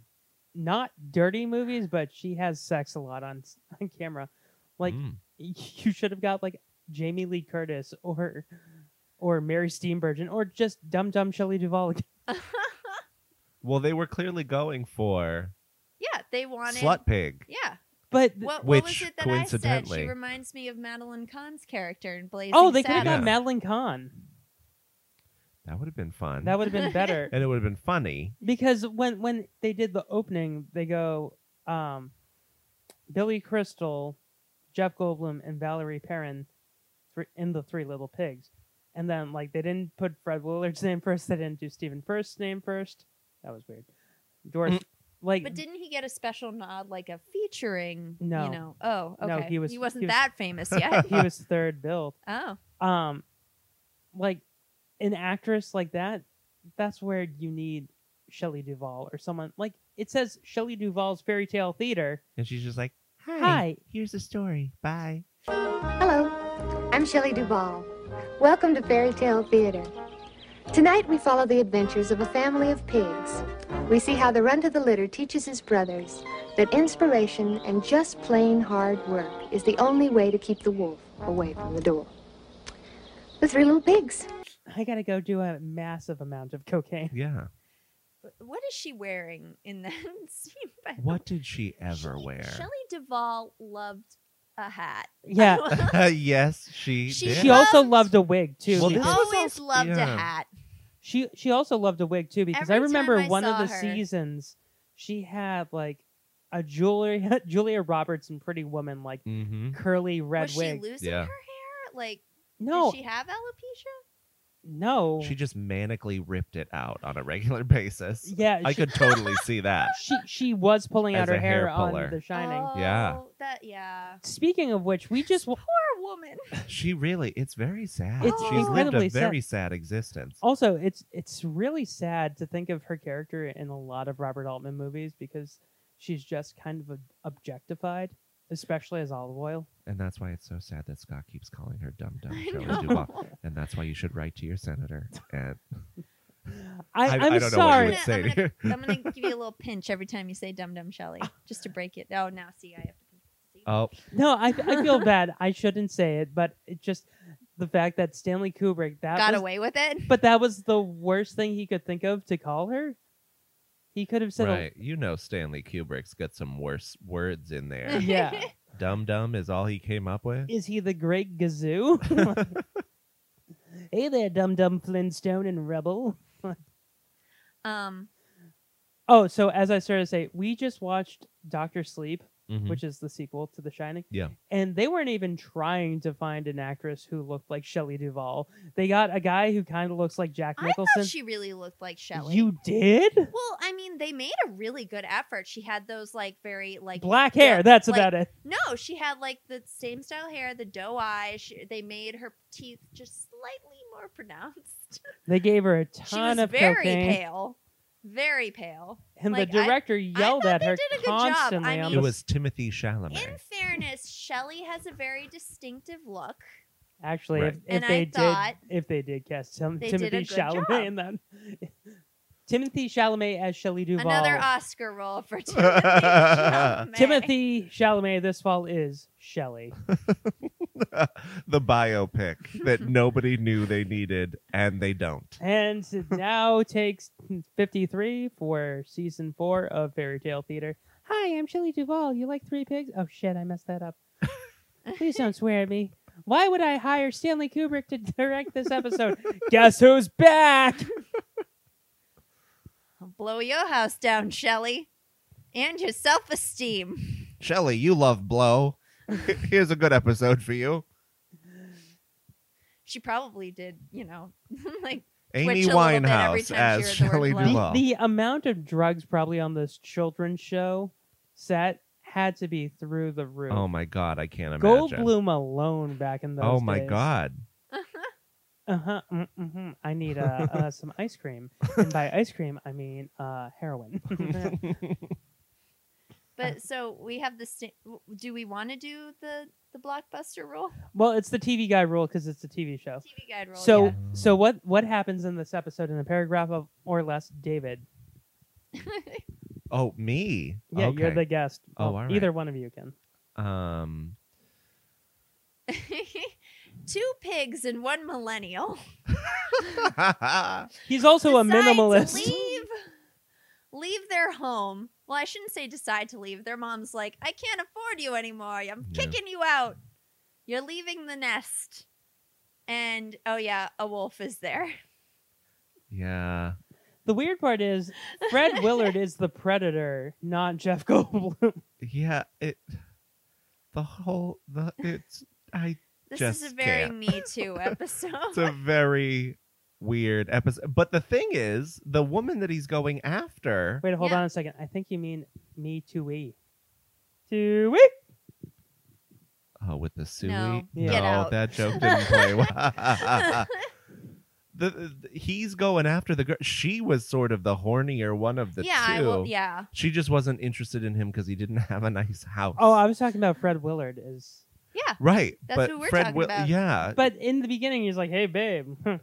Speaker 2: not dirty movies, but she has sex a lot on s- on camera. Like
Speaker 7: Mm.
Speaker 2: you should have got like Jamie Lee Curtis or or Mary Steenburgen or just dumb dumb Shelley Duvall. again.
Speaker 7: Well, they were clearly going for
Speaker 1: Yeah, they wanted.
Speaker 7: slut pig.
Speaker 1: Yeah.
Speaker 2: But
Speaker 1: What, what was
Speaker 7: Which,
Speaker 1: it that I said? She
Speaker 7: coincidentally-
Speaker 1: reminds me of Madeline Kahn's character in Blazing
Speaker 2: oh, they could have
Speaker 1: Saddles.
Speaker 2: got
Speaker 7: Yeah.
Speaker 2: Madeline Kahn.
Speaker 7: That would have been fun.
Speaker 2: That would have been better
Speaker 7: and it would have been funny.
Speaker 2: because when when they did the opening, they go um, Billy Crystal, Jeff Goldblum, and Valerie Perrin thr- in the Three Little Pigs, and then like they didn't put Fred Willard's name first. They didn't do Stephen First's name first. That was weird. Doris, like
Speaker 1: But didn't he get a special nod, like a featuring?
Speaker 2: No.
Speaker 1: You know. Oh, okay.
Speaker 2: No, he was-
Speaker 1: He wasn't
Speaker 2: he was-
Speaker 1: that famous yet.
Speaker 2: he was third billed.
Speaker 1: oh,
Speaker 2: um like an actress like that that's where you need Shelley Duvall or someone like it says Shelley Duvall's Fairy Tale Theater.
Speaker 7: And she's just like, hi,
Speaker 2: Hi.
Speaker 7: here's the story. Bye.
Speaker 3: Hello, I'm Shelley Duvall. Welcome to Fairy Tale Theater. Tonight we follow the adventures of a family of pigs. We see how the runt of the litter teaches his brothers that inspiration and just plain hard work is the only way to keep the wolf away from the door. The three little pigs.
Speaker 2: I gotta go do a massive amount of cocaine.
Speaker 7: Yeah.
Speaker 1: Wh- what is she wearing in that scene? by the
Speaker 7: What did she ever
Speaker 1: She-
Speaker 7: wear?
Speaker 1: Shelley Duvall loved a hat.
Speaker 2: Yeah.
Speaker 7: yes, she,
Speaker 1: She
Speaker 7: did.
Speaker 2: She also
Speaker 1: Loved-
Speaker 2: loved a wig too.
Speaker 7: Well,
Speaker 1: She
Speaker 7: this
Speaker 2: because-
Speaker 7: was
Speaker 1: always
Speaker 7: also-
Speaker 1: loved a
Speaker 7: yeah.
Speaker 1: hat.
Speaker 2: she she also loved a wig too because
Speaker 1: Every
Speaker 2: I
Speaker 1: time
Speaker 2: remember
Speaker 1: I
Speaker 2: one of
Speaker 1: saw
Speaker 2: the
Speaker 1: her-
Speaker 2: seasons she had like a Julia Julia Roberts and Pretty Woman like
Speaker 7: Mm-hmm.
Speaker 2: curly red
Speaker 1: was
Speaker 2: wig.
Speaker 1: she losing
Speaker 7: Yeah.
Speaker 1: her hair? Like,
Speaker 2: no,
Speaker 1: did she have alopecia?
Speaker 2: no,
Speaker 7: She just manically ripped it out on a regular basis.
Speaker 2: yeah,
Speaker 7: I
Speaker 2: she,
Speaker 7: could totally see that.
Speaker 2: she she was pulling out
Speaker 7: As
Speaker 2: her
Speaker 7: a hair
Speaker 2: hair, on
Speaker 7: puller.
Speaker 2: The Shining.
Speaker 7: Yeah.
Speaker 1: Oh, That yeah.
Speaker 2: Speaking of which, we just wa-
Speaker 1: Poor woman.
Speaker 7: She really, it's very sad.
Speaker 2: It's
Speaker 7: She's lived
Speaker 2: incredibly
Speaker 7: a
Speaker 2: sad. Oh.
Speaker 7: very sad, existence.
Speaker 2: also it's it's really sad to think of her character in a lot of Robert Altman movies because she's just kind of ob- objectified, especially as olive oil.
Speaker 7: And that's why it's so sad that Scott keeps calling her dumb dumb
Speaker 1: I
Speaker 7: Shirley
Speaker 1: know.
Speaker 7: Oh, Duvall. And that's why you should write to your senator. And
Speaker 2: I,
Speaker 7: I-
Speaker 2: I'm
Speaker 7: I don't know what you
Speaker 2: sorry.
Speaker 7: would say
Speaker 1: I'm, gonna,
Speaker 7: to
Speaker 1: I'm gonna give you a little pinch every time you say "dum dum Shelley" just to break it. Oh, now see, I have to. See?
Speaker 7: oh,
Speaker 2: No, I, I feel bad. I shouldn't say it, but it just the fact that Stanley Kubrick that
Speaker 1: Got
Speaker 2: was,
Speaker 1: away with it.
Speaker 2: but that was the worst thing he could think of to call her. He could have said, a-
Speaker 7: right, you know Stanley Kubrick's got some worse words in there.
Speaker 2: "Yeah,
Speaker 7: Dumb dumb is all he came up with.
Speaker 2: is he the great Gazoo?" hey there, dum dum Flintstone and Rebel.
Speaker 1: Um,
Speaker 2: Oh, so as I started to say, we just watched Doctor Sleep,
Speaker 7: Mhm.
Speaker 2: which is the sequel to The Shining.
Speaker 7: Yeah.
Speaker 2: And they weren't even trying to find an actress who looked like Shelley Duvall. They got a guy who kind of looks like Jack
Speaker 1: I
Speaker 2: Nicholson.
Speaker 1: thought she really looked like Shelley.
Speaker 2: You did?
Speaker 1: Well, I mean, they made a really good effort. She had those like very like
Speaker 2: Black hair.
Speaker 1: yeah,
Speaker 2: that's
Speaker 1: like-
Speaker 2: about it.
Speaker 1: No, she had like the same style hair, the doe eyes. She, they made her teeth just slightly more pronounced.
Speaker 2: They gave her a
Speaker 1: She
Speaker 2: ton
Speaker 1: was
Speaker 2: of
Speaker 1: very
Speaker 2: cocaine,
Speaker 1: pale, very pale.
Speaker 2: and
Speaker 1: Like,
Speaker 2: the
Speaker 1: I-
Speaker 2: director yelled
Speaker 1: thought
Speaker 2: at
Speaker 1: they
Speaker 2: her
Speaker 1: did a good job. I
Speaker 2: constantly. on
Speaker 1: mean-
Speaker 7: It
Speaker 2: the-
Speaker 7: was Timothy Chalamet.
Speaker 1: In fairness, Shelley has a very distinctive look.
Speaker 2: actually
Speaker 7: Right.
Speaker 2: if, if
Speaker 1: And I
Speaker 2: they
Speaker 1: thought
Speaker 2: did if they did cast some
Speaker 1: they did
Speaker 2: Timothy
Speaker 1: a good
Speaker 2: Chalamet
Speaker 1: job.
Speaker 2: in that. Timothy Chalamet as Shelley Duvall.
Speaker 1: Another Oscar role for Timothy. Chalamet.
Speaker 2: Timothy Chalamet this fall is Shelley.
Speaker 7: the biopic that nobody knew they needed and they don't.
Speaker 2: And it now takes 53 for season four of Fairy Tale Theater. Hi, I'm Shelley Duvall. You like Three Pigs? Oh shit, I messed that up. Please don't swear at me. Why would I hire Stanley Kubrick to direct this episode? Guess who's back?
Speaker 1: Blow your house down, Shelley, and your self esteem.
Speaker 7: Shelley, you love blow. Here's a good episode for you.
Speaker 1: She probably did, you know, like
Speaker 7: Amy
Speaker 1: Twitch a little bit every
Speaker 7: Winehouse
Speaker 1: time
Speaker 7: as
Speaker 1: she heard the word
Speaker 7: Shelley
Speaker 1: blow.
Speaker 7: Duvall.
Speaker 2: The amount of drugs probably on this children's show set had to be through the roof.
Speaker 7: Oh my god, I can't imagine.
Speaker 2: Goldblum alone back in those
Speaker 7: oh my
Speaker 2: days.
Speaker 7: god.
Speaker 2: Uh huh. Mm-hmm. I need uh, uh, some ice cream, and by ice cream I mean uh, heroin.
Speaker 1: But so we have the. St- w- do we want to do the the blockbuster rule?
Speaker 2: well, it's the TV guide rule because it's a TV show.
Speaker 1: TV guide rule.
Speaker 2: so,
Speaker 1: yeah.
Speaker 2: so what what happens in this episode in a paragraph of or less, David?
Speaker 7: Oh me.
Speaker 2: Yeah,
Speaker 7: okay.
Speaker 2: you're the guest.
Speaker 7: Oh,
Speaker 2: Well,
Speaker 7: all right.
Speaker 2: either one of you can.
Speaker 7: Um.
Speaker 1: two pigs and one millennial.
Speaker 2: He's also a
Speaker 1: decide
Speaker 2: minimalist.
Speaker 1: To leave, leave their home. Well, I shouldn't say decide to leave. Their mom's like, I can't afford you anymore. I'm
Speaker 7: Yeah.
Speaker 1: kicking you out. You're leaving the nest. And oh, yeah, a wolf is there.
Speaker 7: yeah.
Speaker 2: The weird part is Fred Willard is the predator, not Jeff Goldblum.
Speaker 7: Yeah. It. The whole. The it's. I.
Speaker 1: This is
Speaker 7: Just
Speaker 1: a very
Speaker 7: can't.
Speaker 1: Me Too episode.
Speaker 7: It's a very weird episode. But the thing is, the woman that he's going after.
Speaker 2: Wait, hold
Speaker 1: Yeah.
Speaker 2: on a second. I think you mean me too e. Too e.
Speaker 7: Oh, with the suey. Oh,
Speaker 1: No.
Speaker 2: Yeah.
Speaker 1: Get out.
Speaker 7: that joke didn't play well. The, the- he's going after the girl. She was sort of the hornier one of the
Speaker 1: yeah,
Speaker 7: two.
Speaker 1: I will, yeah.
Speaker 7: She just wasn't interested in him because he didn't have a nice house.
Speaker 2: Oh, I was talking about Fred Willard is
Speaker 7: right.
Speaker 1: That's
Speaker 7: but
Speaker 1: who we're
Speaker 7: Fred
Speaker 1: talking
Speaker 7: Will-
Speaker 1: about.
Speaker 7: Yeah.
Speaker 2: but in the beginning he's like, Hey babe. And-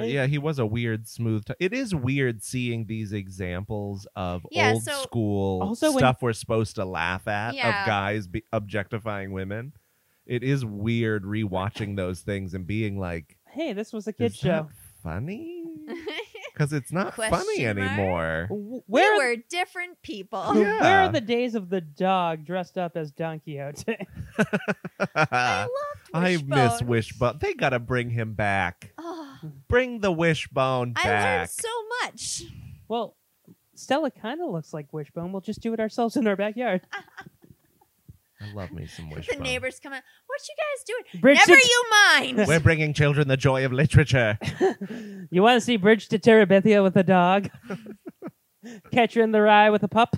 Speaker 7: Mhm. Yeah, he was a weird, smooth. T- it is weird seeing these examples of
Speaker 1: Yeah,
Speaker 7: old
Speaker 1: so-
Speaker 7: school
Speaker 2: Also when-
Speaker 7: stuff we're supposed to laugh at
Speaker 1: Yeah.
Speaker 7: of guys be- objectifying women. It is weird rewatching those things and being like,
Speaker 2: Hey, this was a kid
Speaker 7: "Is
Speaker 2: show.
Speaker 7: that funny?" Because it's not funny
Speaker 1: Question mark?
Speaker 7: anymore.
Speaker 2: W-
Speaker 1: we
Speaker 2: Where
Speaker 1: were different people.
Speaker 7: Yeah.
Speaker 2: where are the days of the dog dressed up as Don Quixote?
Speaker 1: I
Speaker 2: Oh.
Speaker 1: loved
Speaker 7: I
Speaker 1: Wishbone.
Speaker 7: miss Wishbone. They gotta bring him back.
Speaker 1: Oh,
Speaker 7: Bring the Wishbone
Speaker 1: I learned
Speaker 7: back.
Speaker 1: so much.
Speaker 2: well, Stella kind of looks like Wishbone. We'll just do it ourselves in our backyard.
Speaker 7: I love me some
Speaker 1: The
Speaker 7: Wishbone.
Speaker 1: neighbors come out. What you guys doing?
Speaker 2: Bridge
Speaker 1: Never
Speaker 2: to-
Speaker 1: you mind.
Speaker 7: We're bringing children the joy of literature.
Speaker 2: You want to see Bridge to Terabithia with a dog? Catcher in the Rye with a pup?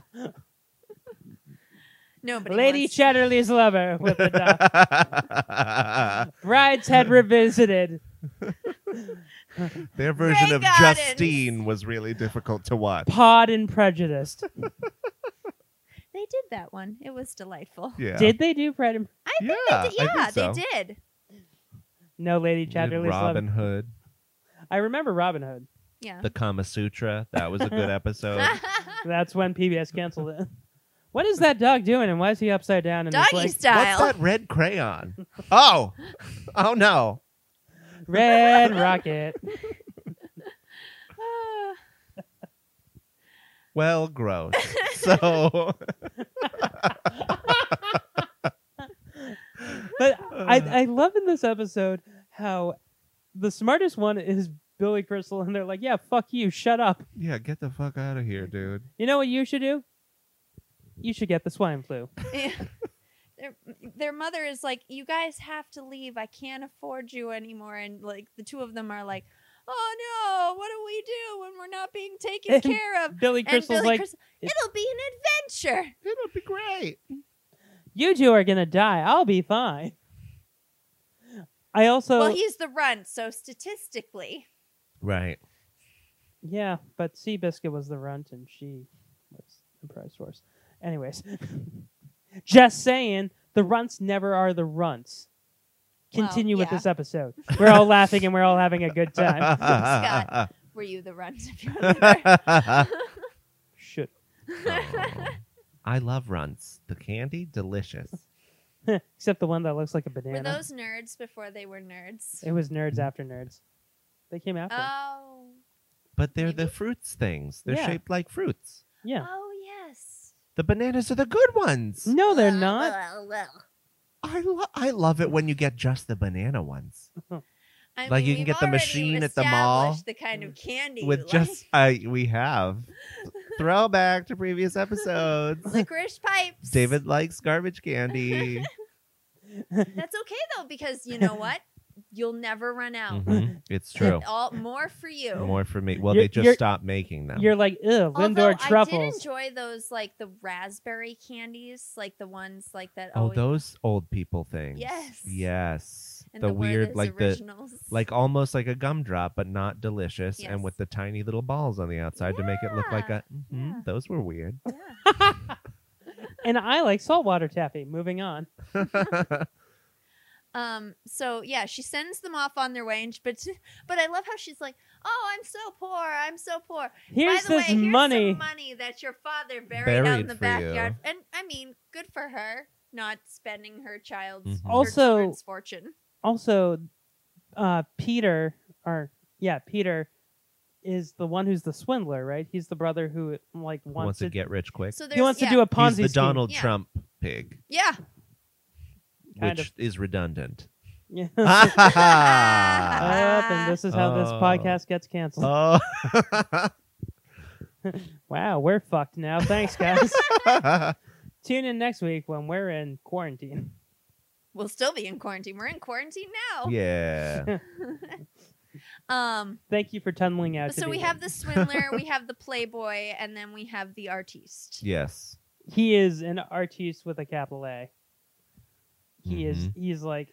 Speaker 1: Nobody.
Speaker 2: Lady
Speaker 1: wants-
Speaker 2: Chatterley's Lover with a dog. Bride's Head Revisited.
Speaker 7: Their version of
Speaker 1: Grey Gardens.
Speaker 7: Justine was really difficult to watch.
Speaker 2: Pod and Prejudiced.
Speaker 1: They did that one. It was delightful.
Speaker 7: Yeah.
Speaker 2: Did they do Pride and
Speaker 1: I think
Speaker 7: Yeah,
Speaker 1: they did.
Speaker 7: I
Speaker 1: Yeah,
Speaker 7: think so.
Speaker 1: they did.
Speaker 2: No Lady
Speaker 7: Did
Speaker 2: Chatterley's
Speaker 7: Robin
Speaker 2: Lover.
Speaker 7: Hood,
Speaker 2: I remember Robin Hood.
Speaker 1: Yeah.
Speaker 7: the Kama Sutra. That was a good episode.
Speaker 1: Ah,
Speaker 2: That's when PBS canceled it. What is that dog doing and why is he upside down in this
Speaker 1: Doggy
Speaker 2: like
Speaker 7: What's
Speaker 1: style.
Speaker 7: that red crayon? Oh, oh no.
Speaker 2: red rocket?
Speaker 1: Ah,
Speaker 7: Well, gross. So
Speaker 2: But I, I love in this episode how the smartest one is Billy Crystal and they're like, yeah, fuck you, shut up.
Speaker 7: yeah, get the fuck out of here, dude.
Speaker 2: You know what you should do? You should get the swine flu.
Speaker 1: yeah. Their, their mother is like, "You guys have to leave. I can't afford you anymore." And like the two of them are like, "Oh no, what do we do when we're not being taken
Speaker 2: And
Speaker 1: care of?"
Speaker 2: Billy
Speaker 1: And
Speaker 2: Crystal's
Speaker 1: Billy
Speaker 2: like,
Speaker 1: Crystal, "It'll be an adventure."
Speaker 7: It'll be great.
Speaker 2: you two are gonna die. I'll be fine. I also,
Speaker 1: well, he's the runt, so statistically,
Speaker 7: Right.
Speaker 2: yeah, but Seabiscuit was the runt, and she was the prize horse. Anyways, just saying, the runts never are the runts.
Speaker 1: Well,
Speaker 2: Continue with
Speaker 1: yeah.
Speaker 2: this episode. We're all laughing and we're all having a good time.
Speaker 1: Scott. were you the runt? If you remember.
Speaker 2: Shoot.
Speaker 7: Oh. I love runts. The candy, delicious.
Speaker 2: Except the one that looks like a
Speaker 1: Were
Speaker 2: banana.
Speaker 1: those nerds before they were nerds?
Speaker 2: It was nerds after nerds. They came after.
Speaker 1: Oh,
Speaker 7: But they're the
Speaker 1: Maybe.
Speaker 7: fruits things. They're
Speaker 2: Yeah.
Speaker 7: shaped like fruits.
Speaker 2: yeah.
Speaker 1: oh yes. Oh,
Speaker 7: The bananas are the good ones.
Speaker 2: No, they're
Speaker 1: uh,
Speaker 2: not.
Speaker 7: I lo- I love it when you get just the banana ones
Speaker 1: I mean,
Speaker 7: Like, you can
Speaker 1: we've
Speaker 7: get the
Speaker 1: already
Speaker 7: machine at the mall
Speaker 1: established The kind of candy you
Speaker 7: with
Speaker 1: like.
Speaker 7: just I we have throwback to previous episodes.
Speaker 1: licorice pipes.
Speaker 7: David likes garbage candy.
Speaker 1: that's okay though because you know what? you'll never run out.
Speaker 7: Mhm. It's true.
Speaker 1: And all more for you.
Speaker 7: More for me. Well,
Speaker 2: You're-
Speaker 7: they just
Speaker 2: you're-
Speaker 7: stopped making them.
Speaker 2: You're like, ugh,
Speaker 1: Although
Speaker 2: Lindor
Speaker 1: I did
Speaker 2: truffles.
Speaker 1: enjoy those like the raspberry candies, like the ones like that.
Speaker 7: oh,
Speaker 1: always-
Speaker 7: those old people things.
Speaker 1: Yes.
Speaker 7: Yes.
Speaker 1: And
Speaker 7: the,
Speaker 1: the word
Speaker 7: weird,
Speaker 1: is
Speaker 7: like
Speaker 1: originals.
Speaker 7: the, like almost like a gumdrop, but not delicious,
Speaker 1: Yes.
Speaker 7: and with the tiny little balls on the outside to make it look like a. mhm, Those were weird.
Speaker 2: and I like saltwater taffy. Moving on.
Speaker 1: Um. So yeah, she sends them off on their way, and but but I love how she's like, "Oh, I'm so poor. I'm so poor.
Speaker 2: Here's
Speaker 1: By the
Speaker 2: this
Speaker 1: way, here's
Speaker 2: money."
Speaker 1: some money that your father buried, out
Speaker 7: Buried
Speaker 1: in the
Speaker 7: for
Speaker 1: backyard."
Speaker 7: you.
Speaker 1: And I mean, good for her not spending her child's
Speaker 7: Mhm.
Speaker 1: her
Speaker 2: Also-
Speaker 1: children's fortune.
Speaker 2: Also, uh, Peter, or yeah, Peter is the one who's the swindler, right? He's the brother who like wants,
Speaker 7: Wants to get rich quick.
Speaker 1: So
Speaker 2: he wants
Speaker 1: yeah,
Speaker 2: to do a Ponzi
Speaker 7: He's the
Speaker 2: scheme.
Speaker 7: Donald
Speaker 1: Yeah.
Speaker 7: Trump pig,
Speaker 1: yeah.
Speaker 2: Kind
Speaker 7: which is redundant.
Speaker 2: Yeah. Up, and this is how this
Speaker 7: Oh.
Speaker 2: podcast gets canceled.
Speaker 7: oh.
Speaker 2: Wow, we're fucked now. Thanks, guys. Tune in next week when we're in quarantine.
Speaker 1: We'll still be in quarantine. We're in quarantine now.
Speaker 7: yeah.
Speaker 1: Um.
Speaker 2: Thank you for tunneling out. to
Speaker 1: So
Speaker 2: be
Speaker 1: we
Speaker 2: here.
Speaker 1: have the swindler, we have the playboy, and then we have the artiste.
Speaker 7: Yes.
Speaker 2: he is an artiste with a capital A. He is
Speaker 7: Mhm.
Speaker 2: he's like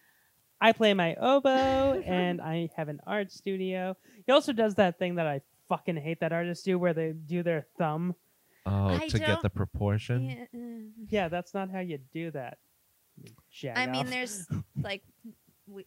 Speaker 2: I play my oboe and I have an art studio. He also does that thing that I fucking hate that artists do where they do their thumb.
Speaker 7: Oh,
Speaker 1: I
Speaker 7: to get
Speaker 1: don't-
Speaker 7: the proportion.
Speaker 1: Yeah, uh,
Speaker 2: Yeah, that's not how you do that. you jag
Speaker 1: I mean,
Speaker 2: off.
Speaker 1: there's like we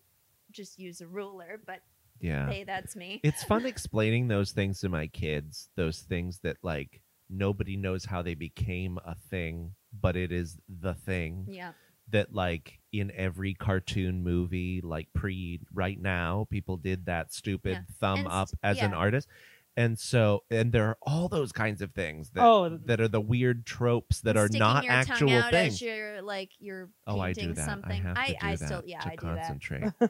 Speaker 1: just use a ruler, but
Speaker 7: Yeah.
Speaker 1: hey, that's me.
Speaker 7: It's fun explaining those things to my kids, those things that like nobody knows how they became a thing, but it is the thing
Speaker 1: Yeah.
Speaker 7: that like in every cartoon movie like pre right now, people did that stupid
Speaker 1: Yeah.
Speaker 7: thumb
Speaker 1: And
Speaker 7: up
Speaker 1: s-
Speaker 7: as an
Speaker 1: yeah.
Speaker 7: artist. And so and there are all those kinds of things that
Speaker 2: Oh.
Speaker 7: that are the weird tropes that are
Speaker 1: Sticking
Speaker 7: not
Speaker 1: your
Speaker 7: actual
Speaker 1: tongue out
Speaker 7: things.
Speaker 1: As you're like you're
Speaker 7: Oh, I do
Speaker 1: painting
Speaker 7: that.
Speaker 1: something.
Speaker 7: I have to do
Speaker 1: I
Speaker 7: that
Speaker 1: still yeah,
Speaker 7: to
Speaker 1: I do that.
Speaker 7: concentrate.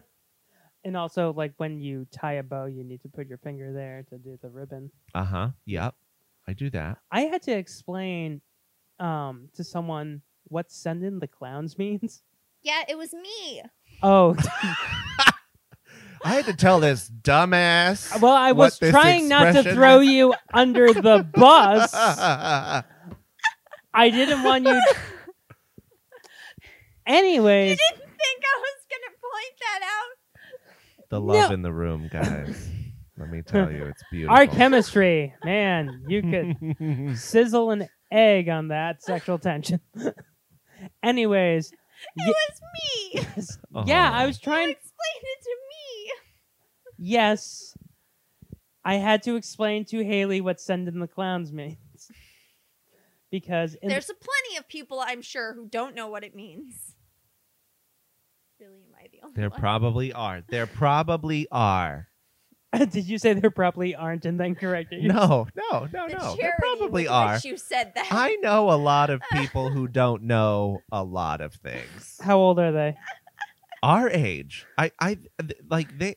Speaker 2: and also like when you tie a bow, you need to put your finger there to do the ribbon.
Speaker 7: Uh huh. Yep. I do that.
Speaker 2: I had to explain um, to someone what sending the clowns means.
Speaker 1: Yeah, it was me.
Speaker 2: Oh,
Speaker 7: I had to tell this dumbass.
Speaker 2: Well, I
Speaker 7: what
Speaker 2: was
Speaker 7: this
Speaker 2: trying not to
Speaker 7: expression
Speaker 2: throw you under the bus.
Speaker 7: you
Speaker 2: I didn't want you. Anyways,
Speaker 1: Didn't think I was gonna point that out.
Speaker 7: the
Speaker 2: No.
Speaker 7: love in the room, guys. Let me tell you, it's beautiful.
Speaker 2: our chemistry, man, you could sizzle an egg on that sexual tension. Anyways,
Speaker 1: It was me.
Speaker 2: yes-
Speaker 7: Oh.
Speaker 2: yeah, I
Speaker 7: Aw.
Speaker 2: was
Speaker 1: You
Speaker 2: trying.
Speaker 1: explained it to me.
Speaker 2: Yes, I had to explain to Haley what sending the clowns means because in
Speaker 1: There's a plenty of people I'm sure who don't know what it means. Really, am I the only
Speaker 7: there
Speaker 1: one?
Speaker 7: probably are. There probably are.
Speaker 2: did you say there probably aren't and then correct it?
Speaker 7: No, no, no,
Speaker 1: The
Speaker 7: no. There
Speaker 1: charity
Speaker 7: probably
Speaker 1: with
Speaker 7: are.
Speaker 1: which You said that.
Speaker 7: I know a lot of people who don't know a lot of things.
Speaker 2: How old are they?
Speaker 7: Our age, I, I, th- like they.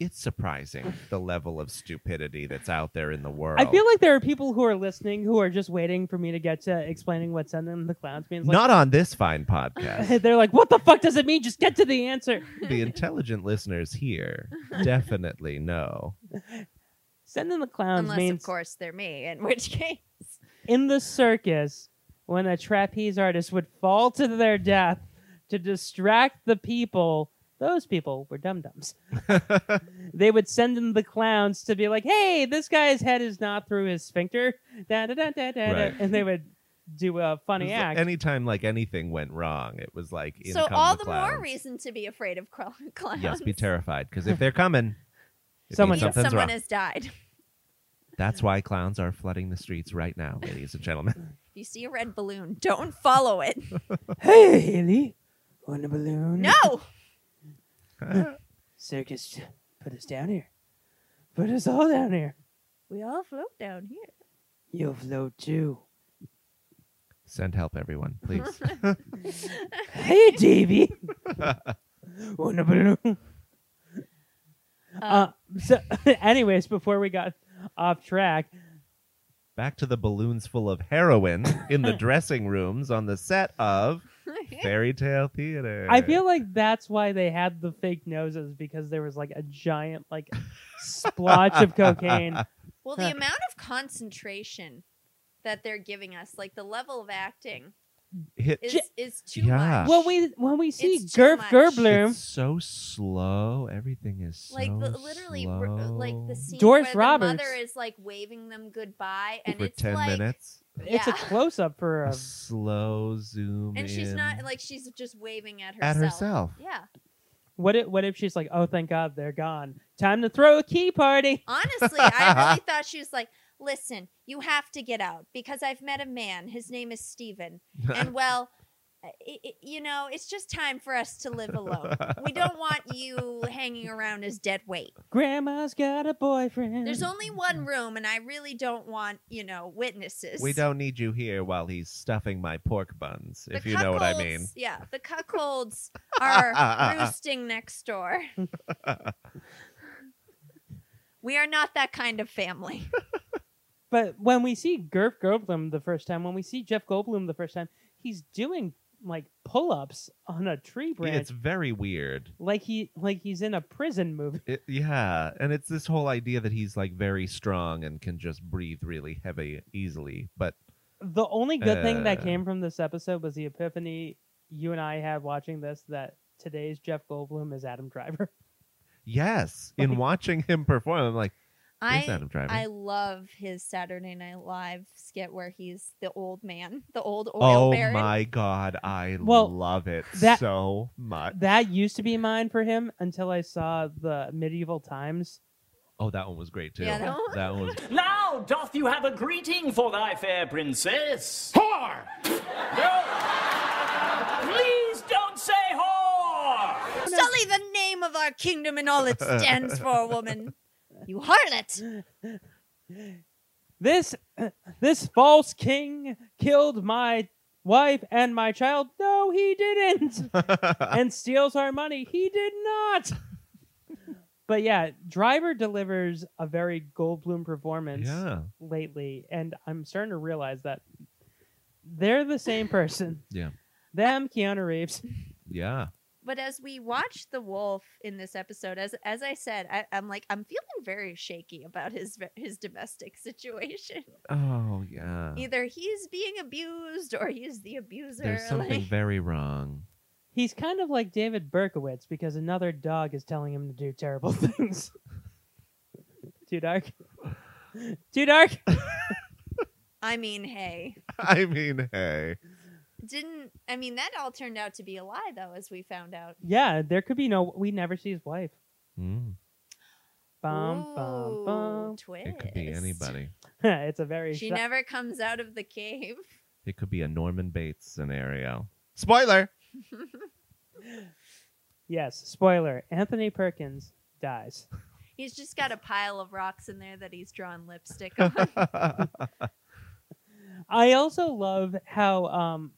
Speaker 7: It's surprising the level of stupidity that's out there in the world.
Speaker 2: I feel like there are people who are listening who are just waiting for me to get to explaining what sending the clowns means. Like,
Speaker 7: not on this fine podcast.
Speaker 2: they're like, what the fuck does it mean? Just get to the answer.
Speaker 7: the intelligent listeners here definitely know.
Speaker 2: Sending the clowns
Speaker 1: Unless,
Speaker 2: means
Speaker 1: of course, they're me, in which case.
Speaker 2: in the circus when a trapeze artist would fall to their death to distract the people. Those people were dum dums. they would send in the clowns to be like, "Hey, this guy's head is not through his sphincter." Da da da da da. da
Speaker 7: Right.
Speaker 2: And they would do a funny
Speaker 7: It was like
Speaker 2: act.
Speaker 7: Anytime like anything went wrong, it was like in
Speaker 1: so
Speaker 7: come
Speaker 1: all
Speaker 7: the,
Speaker 1: the,
Speaker 7: clowns.
Speaker 1: more reason to be afraid of cl- clowns.
Speaker 7: Yes, be terrified because if they're coming, it means
Speaker 2: Someone-
Speaker 1: Means
Speaker 7: something's
Speaker 1: someone
Speaker 7: wrong.
Speaker 1: has died. If
Speaker 7: That's why clowns are flooding the streets right now, ladies and gentlemen.
Speaker 1: you see a red balloon, don't follow it.
Speaker 2: Hey, Haley, want a balloon?
Speaker 1: No.
Speaker 2: Circus, put us down here. Put us all down here.
Speaker 1: We all float down here.
Speaker 2: You'll float too.
Speaker 7: Send help, everyone, please.
Speaker 2: Hey, Davy. oh, no, no, no. Uh, so, anyways, before we got off track,
Speaker 7: Back to the balloons full of heroin in the dressing rooms on the set of fairy tale theater.
Speaker 2: I feel like that's why they had the fake noses because there was like a giant like splotch of cocaine.
Speaker 1: Well, the amount of concentration that they're giving us, like the level of acting,
Speaker 7: Hit-
Speaker 1: is is too
Speaker 7: Yeah.
Speaker 1: much.
Speaker 2: When we when we see
Speaker 1: It's too
Speaker 2: Gerf
Speaker 1: much.
Speaker 2: Gerblum,
Speaker 7: It's so slow. Everything is so
Speaker 1: like the, literally,
Speaker 7: slow.
Speaker 1: r- uh, like the scene
Speaker 2: Doris
Speaker 1: where the
Speaker 2: Roberts.
Speaker 1: mother is like waving them goodbye, and
Speaker 7: for
Speaker 1: it's
Speaker 7: ten
Speaker 1: like,
Speaker 7: minutes.
Speaker 2: it's a
Speaker 1: yeah.
Speaker 2: close up for
Speaker 7: A
Speaker 2: a
Speaker 7: slow zoom.
Speaker 1: and she's
Speaker 7: in.
Speaker 1: not like she's just waving at herself.
Speaker 7: At herself.
Speaker 1: Yeah,
Speaker 2: What if what if she's like, oh thank God they're gone. Time to throw a key party.
Speaker 1: honestly, I really thought she was like, "Listen, you have to get out because I've met a man. His name is Steven. and well." i i you know, it's just time for us to live alone. We don't want you hanging around as dead weight.
Speaker 2: Grandma's got a boyfriend.
Speaker 1: There's only one room, and I really don't want, you know, witnesses.
Speaker 7: we don't need you here while he's stuffing my pork buns, if you know what I mean.
Speaker 1: cuckolds- Yeah, the cuckolds are roosting next door. we are not that kind of family.
Speaker 2: But when we see Gerf Goldblum the first time, when we see Jeff Goldblum the first time, he's doing like pull ups on a tree branch.
Speaker 7: It's very weird.
Speaker 2: like he like he's in a prison movie.
Speaker 7: It, yeah, and it's this whole idea that he's like very strong and can just breathe really heavy easily. But
Speaker 2: The only good thing that
Speaker 7: Uh.
Speaker 2: came from this episode was the epiphany you and I had watching this that today's Jeff Goldblum is Adam Driver.
Speaker 7: yes, in
Speaker 2: Like-
Speaker 7: watching him perform, I'm like, there's
Speaker 1: I
Speaker 7: Adam Driver.
Speaker 1: I love his Saturday Night Live skit where he's the old man, the old oil
Speaker 7: oh
Speaker 1: baron.
Speaker 7: my god, I
Speaker 2: Well,
Speaker 7: love it
Speaker 2: that-
Speaker 7: so much.
Speaker 2: That used to be mine for him until I saw the medieval times.
Speaker 7: Oh, that one was great too.
Speaker 1: Yeah, that one-
Speaker 7: that one was
Speaker 10: Now doth you have a greeting for thy fair princess?
Speaker 5: Whore!
Speaker 10: Please don't say whore!
Speaker 1: Sully the name of our kingdom and all it stands for, woman. You harlot.
Speaker 2: This this false king killed my wife and my child. No, he didn't. and steals our money. He did not. but yeah, Driver delivers a very Goldblum performance
Speaker 7: yeah,
Speaker 2: lately, and I'm starting to realize that they're the same person.
Speaker 7: Yeah.
Speaker 2: Them, Keanu Reeves.
Speaker 7: yeah.
Speaker 1: But as we watch the wolf in this episode, as as I said, I, I'm like I'm feeling very shaky about his his domestic situation.
Speaker 7: Oh yeah.
Speaker 1: Either he's being abused or he's the abuser.
Speaker 7: There's something
Speaker 1: like-
Speaker 7: very wrong.
Speaker 2: He's kind of like David Berkowitz because another dog is telling him to do terrible things. Too dark. Too dark.
Speaker 1: I mean, hey,
Speaker 7: I mean, hey.
Speaker 1: didn't I mean that all turned out to be a lie though, as we found out.
Speaker 2: Yeah, there could be no. We never see his wife.
Speaker 7: Mm,
Speaker 2: Bum, bum,
Speaker 1: Ooh,
Speaker 2: bum.
Speaker 1: Twist.
Speaker 7: it could be anybody.
Speaker 2: it's a very.
Speaker 1: She
Speaker 2: sho-
Speaker 1: never comes out of the cave.
Speaker 7: It could be a Norman Bates scenario. Spoiler.
Speaker 2: yes, spoiler. Anthony Perkins dies.
Speaker 1: He's just got a pile of rocks in there that he's drawn lipstick on.
Speaker 2: I also love how um,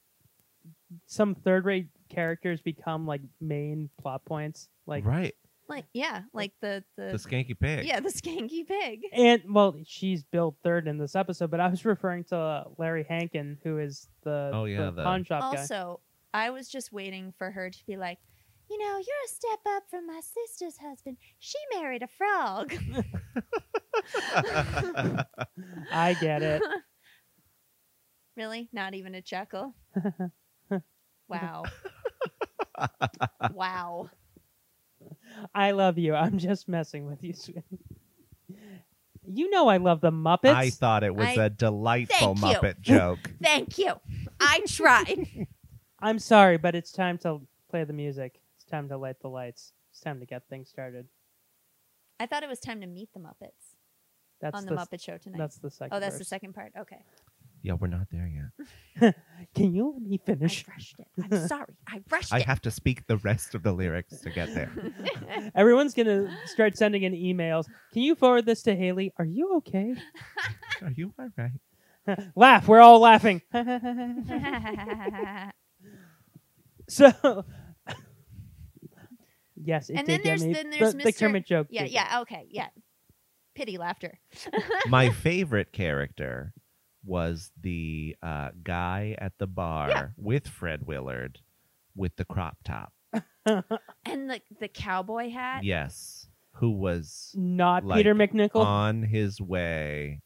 Speaker 2: some third-rate characters become like main plot points. Like,
Speaker 7: right.
Speaker 1: like yeah, like the
Speaker 7: The skanky pig.
Speaker 1: Yeah, the skanky pig.
Speaker 2: and well, she's billed third in this episode, but I was referring to uh, Larry Hankin, who is the,
Speaker 7: Oh, yeah,
Speaker 2: the
Speaker 7: the-
Speaker 2: pawn shop guy.
Speaker 1: Also, I was just waiting for her to be like, you know, you're a step up from my sister's husband. She married a frog.
Speaker 2: I get it.
Speaker 1: Really? Not even a chuckle? wow. wow.
Speaker 2: I love you. I'm just messing with you. sweetie. You know I love the Muppets.
Speaker 7: I thought it was
Speaker 1: I-
Speaker 7: a delightful
Speaker 1: Thank you.
Speaker 7: Muppet joke.
Speaker 1: Thank you. I tried.
Speaker 2: I'm sorry, but it's time to play the music. It's time to light the lights. It's time to get things started.
Speaker 1: I thought it was time to meet the Muppets
Speaker 2: That's
Speaker 1: on the,
Speaker 2: the,
Speaker 1: Muppet Show tonight.
Speaker 2: That's the second.
Speaker 1: oh, that's the
Speaker 2: verse.
Speaker 1: second part. Okay.
Speaker 7: Yeah, we're not there yet.
Speaker 2: Can you let me
Speaker 1: I
Speaker 2: finish?
Speaker 1: rushed it. I'm sorry. I rushed
Speaker 7: I
Speaker 1: it.
Speaker 7: have to speak the rest of the lyrics to get there.
Speaker 2: Everyone's gonna start sending in emails. Can you forward this to Haley? Are you okay?
Speaker 7: Are you all right?
Speaker 2: Laugh. We're all laughing.
Speaker 1: and
Speaker 2: so, yes, it
Speaker 1: then
Speaker 2: did get
Speaker 1: there's
Speaker 2: me.
Speaker 1: then there's
Speaker 2: the, the
Speaker 1: Mr.
Speaker 2: Kermit joke.
Speaker 1: Yeah,
Speaker 2: did.
Speaker 1: yeah, okay. Yeah. Pity laughter.
Speaker 7: My favorite character was the uh, guy at the bar with Fred Willard with the crop top.
Speaker 1: and the the cowboy hat.
Speaker 7: Yes, who was
Speaker 2: Not
Speaker 7: like, um,
Speaker 2: Peter McNichol.
Speaker 7: on his way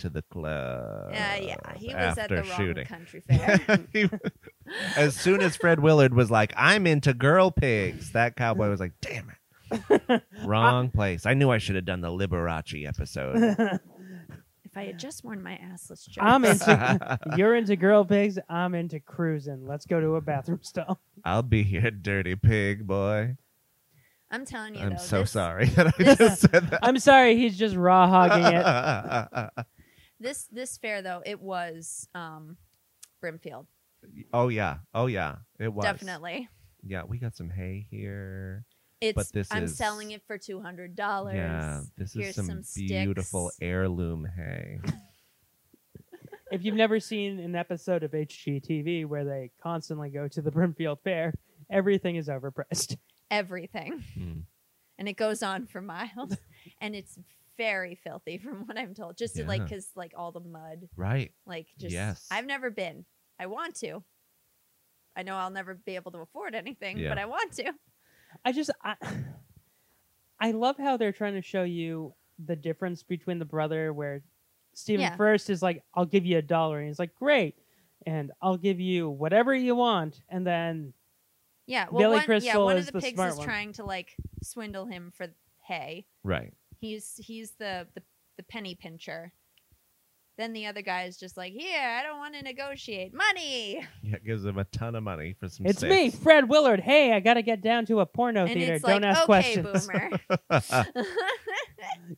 Speaker 7: to the club.
Speaker 1: Uh, yeah, he was at the
Speaker 7: after
Speaker 1: wrong
Speaker 7: shooting.
Speaker 1: country fair.
Speaker 7: He- as soon as Fred Willard was like, "I'm into girl pigs," that cowboy was like, "Damn it, wrong place." I knew I should have done the Liberace episode.
Speaker 1: if I had just worn my assless shorts.
Speaker 2: I'm into you're into girl pigs. I'm into cruising. Let's go to a bathroom stall.
Speaker 7: I'll be your dirty pig boy.
Speaker 1: I'm telling you.
Speaker 7: I'm
Speaker 1: though,
Speaker 7: so
Speaker 1: this-
Speaker 7: sorry that I just said that.
Speaker 2: I'm sorry, he's just raw hogging it.
Speaker 1: This this fair though it was um, Brimfield
Speaker 7: oh yeah, oh yeah, it was
Speaker 1: definitely.
Speaker 7: Yeah, we got some hay here.
Speaker 1: It's
Speaker 7: but this
Speaker 1: I'm
Speaker 7: is
Speaker 1: selling it for two hundred dollars.
Speaker 7: Yeah, this is
Speaker 1: Here's
Speaker 7: some,
Speaker 1: sticks.
Speaker 7: beautiful heirloom hay.
Speaker 2: If you've never seen an episode of HGTV where they constantly go to the Brimfield Fair, everything is overpriced.
Speaker 1: Everything,
Speaker 7: Mm.
Speaker 1: and it goes on for miles, and it's very filthy from what I'm told. Just like
Speaker 7: Yeah.
Speaker 1: because like all the mud,
Speaker 7: Right.
Speaker 1: like just.
Speaker 7: Yes.
Speaker 1: I've never been. I want to. I know I'll never be able to afford anything,
Speaker 7: Yeah.
Speaker 1: but I want to.
Speaker 2: I just I, I love how they're trying to show you the difference between the brother where Stephen
Speaker 1: Yeah.
Speaker 2: first is like, I'll give you a dollar and he's like, Great and I'll give you whatever you want and then
Speaker 1: Yeah. Well,
Speaker 2: Billy
Speaker 1: one, yeah,
Speaker 2: Crystal
Speaker 1: one
Speaker 2: is
Speaker 1: of the,
Speaker 2: the
Speaker 1: pigs
Speaker 2: smart
Speaker 1: is
Speaker 2: one.
Speaker 1: trying to like swindle him for hay.
Speaker 7: Right.
Speaker 1: He's he's the, the the penny pincher. Then the other guy is just like, "Yeah, I don't want to negotiate money,"
Speaker 7: Yeah, it gives him a ton of money for some.
Speaker 2: it's me,
Speaker 7: sticks.
Speaker 2: Fred Willard. Hey, I gotta get down to a porno
Speaker 1: and
Speaker 2: theater.
Speaker 1: it's
Speaker 2: Oh, Don't
Speaker 1: like,
Speaker 2: ask
Speaker 1: "Okay,
Speaker 2: questions.
Speaker 1: boomer."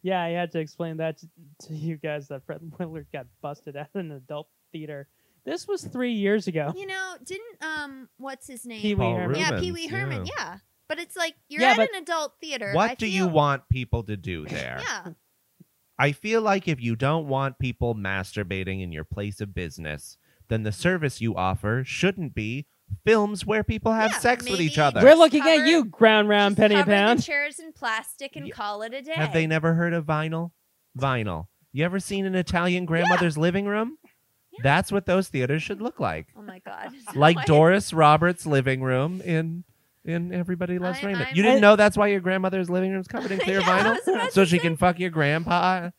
Speaker 2: yeah, I had to explain that to, to you guys that Fred Willard got busted at an adult theater. This was three years ago.
Speaker 1: you know, didn't um, what's his name?
Speaker 2: Pee Wee
Speaker 7: Paul
Speaker 2: Herman.
Speaker 1: yeah,
Speaker 7: Rubens,
Speaker 1: Pee Wee Herman. Yeah.
Speaker 7: yeah.
Speaker 1: but it's like you're
Speaker 2: Yeah,
Speaker 1: at
Speaker 2: but-
Speaker 1: an adult theater.
Speaker 7: What
Speaker 1: I
Speaker 7: do
Speaker 1: feel-
Speaker 7: you want people to do there?
Speaker 1: Yeah,
Speaker 7: I feel like if you don't want people masturbating in your place of business, then the service you offer shouldn't be films where people have
Speaker 1: Yeah,
Speaker 7: sex with each
Speaker 1: maybe-
Speaker 7: other.
Speaker 2: We're looking
Speaker 1: Cover-
Speaker 2: at you, ground round
Speaker 1: just
Speaker 2: penny a
Speaker 1: cover the
Speaker 2: pound.
Speaker 1: chairs in plastic and
Speaker 7: Yeah.
Speaker 1: call it a day.
Speaker 7: Have they never heard of vinyl? Vinyl. You ever seen an Italian grandmother's living room?
Speaker 1: Yeah.
Speaker 7: That's what those theaters should look like.
Speaker 1: oh my god!
Speaker 7: Like
Speaker 1: Why-
Speaker 7: Doris Roberts' living room in in Everybody Loves
Speaker 1: I-
Speaker 7: Raymond.
Speaker 1: I'm-
Speaker 7: you didn't
Speaker 2: I-
Speaker 7: know that's why your grandmother's living room is covered in clear
Speaker 1: Yeah, I was
Speaker 7: vinyl,
Speaker 1: about
Speaker 7: so
Speaker 1: to
Speaker 7: she
Speaker 1: say.
Speaker 7: can fuck your grandpa.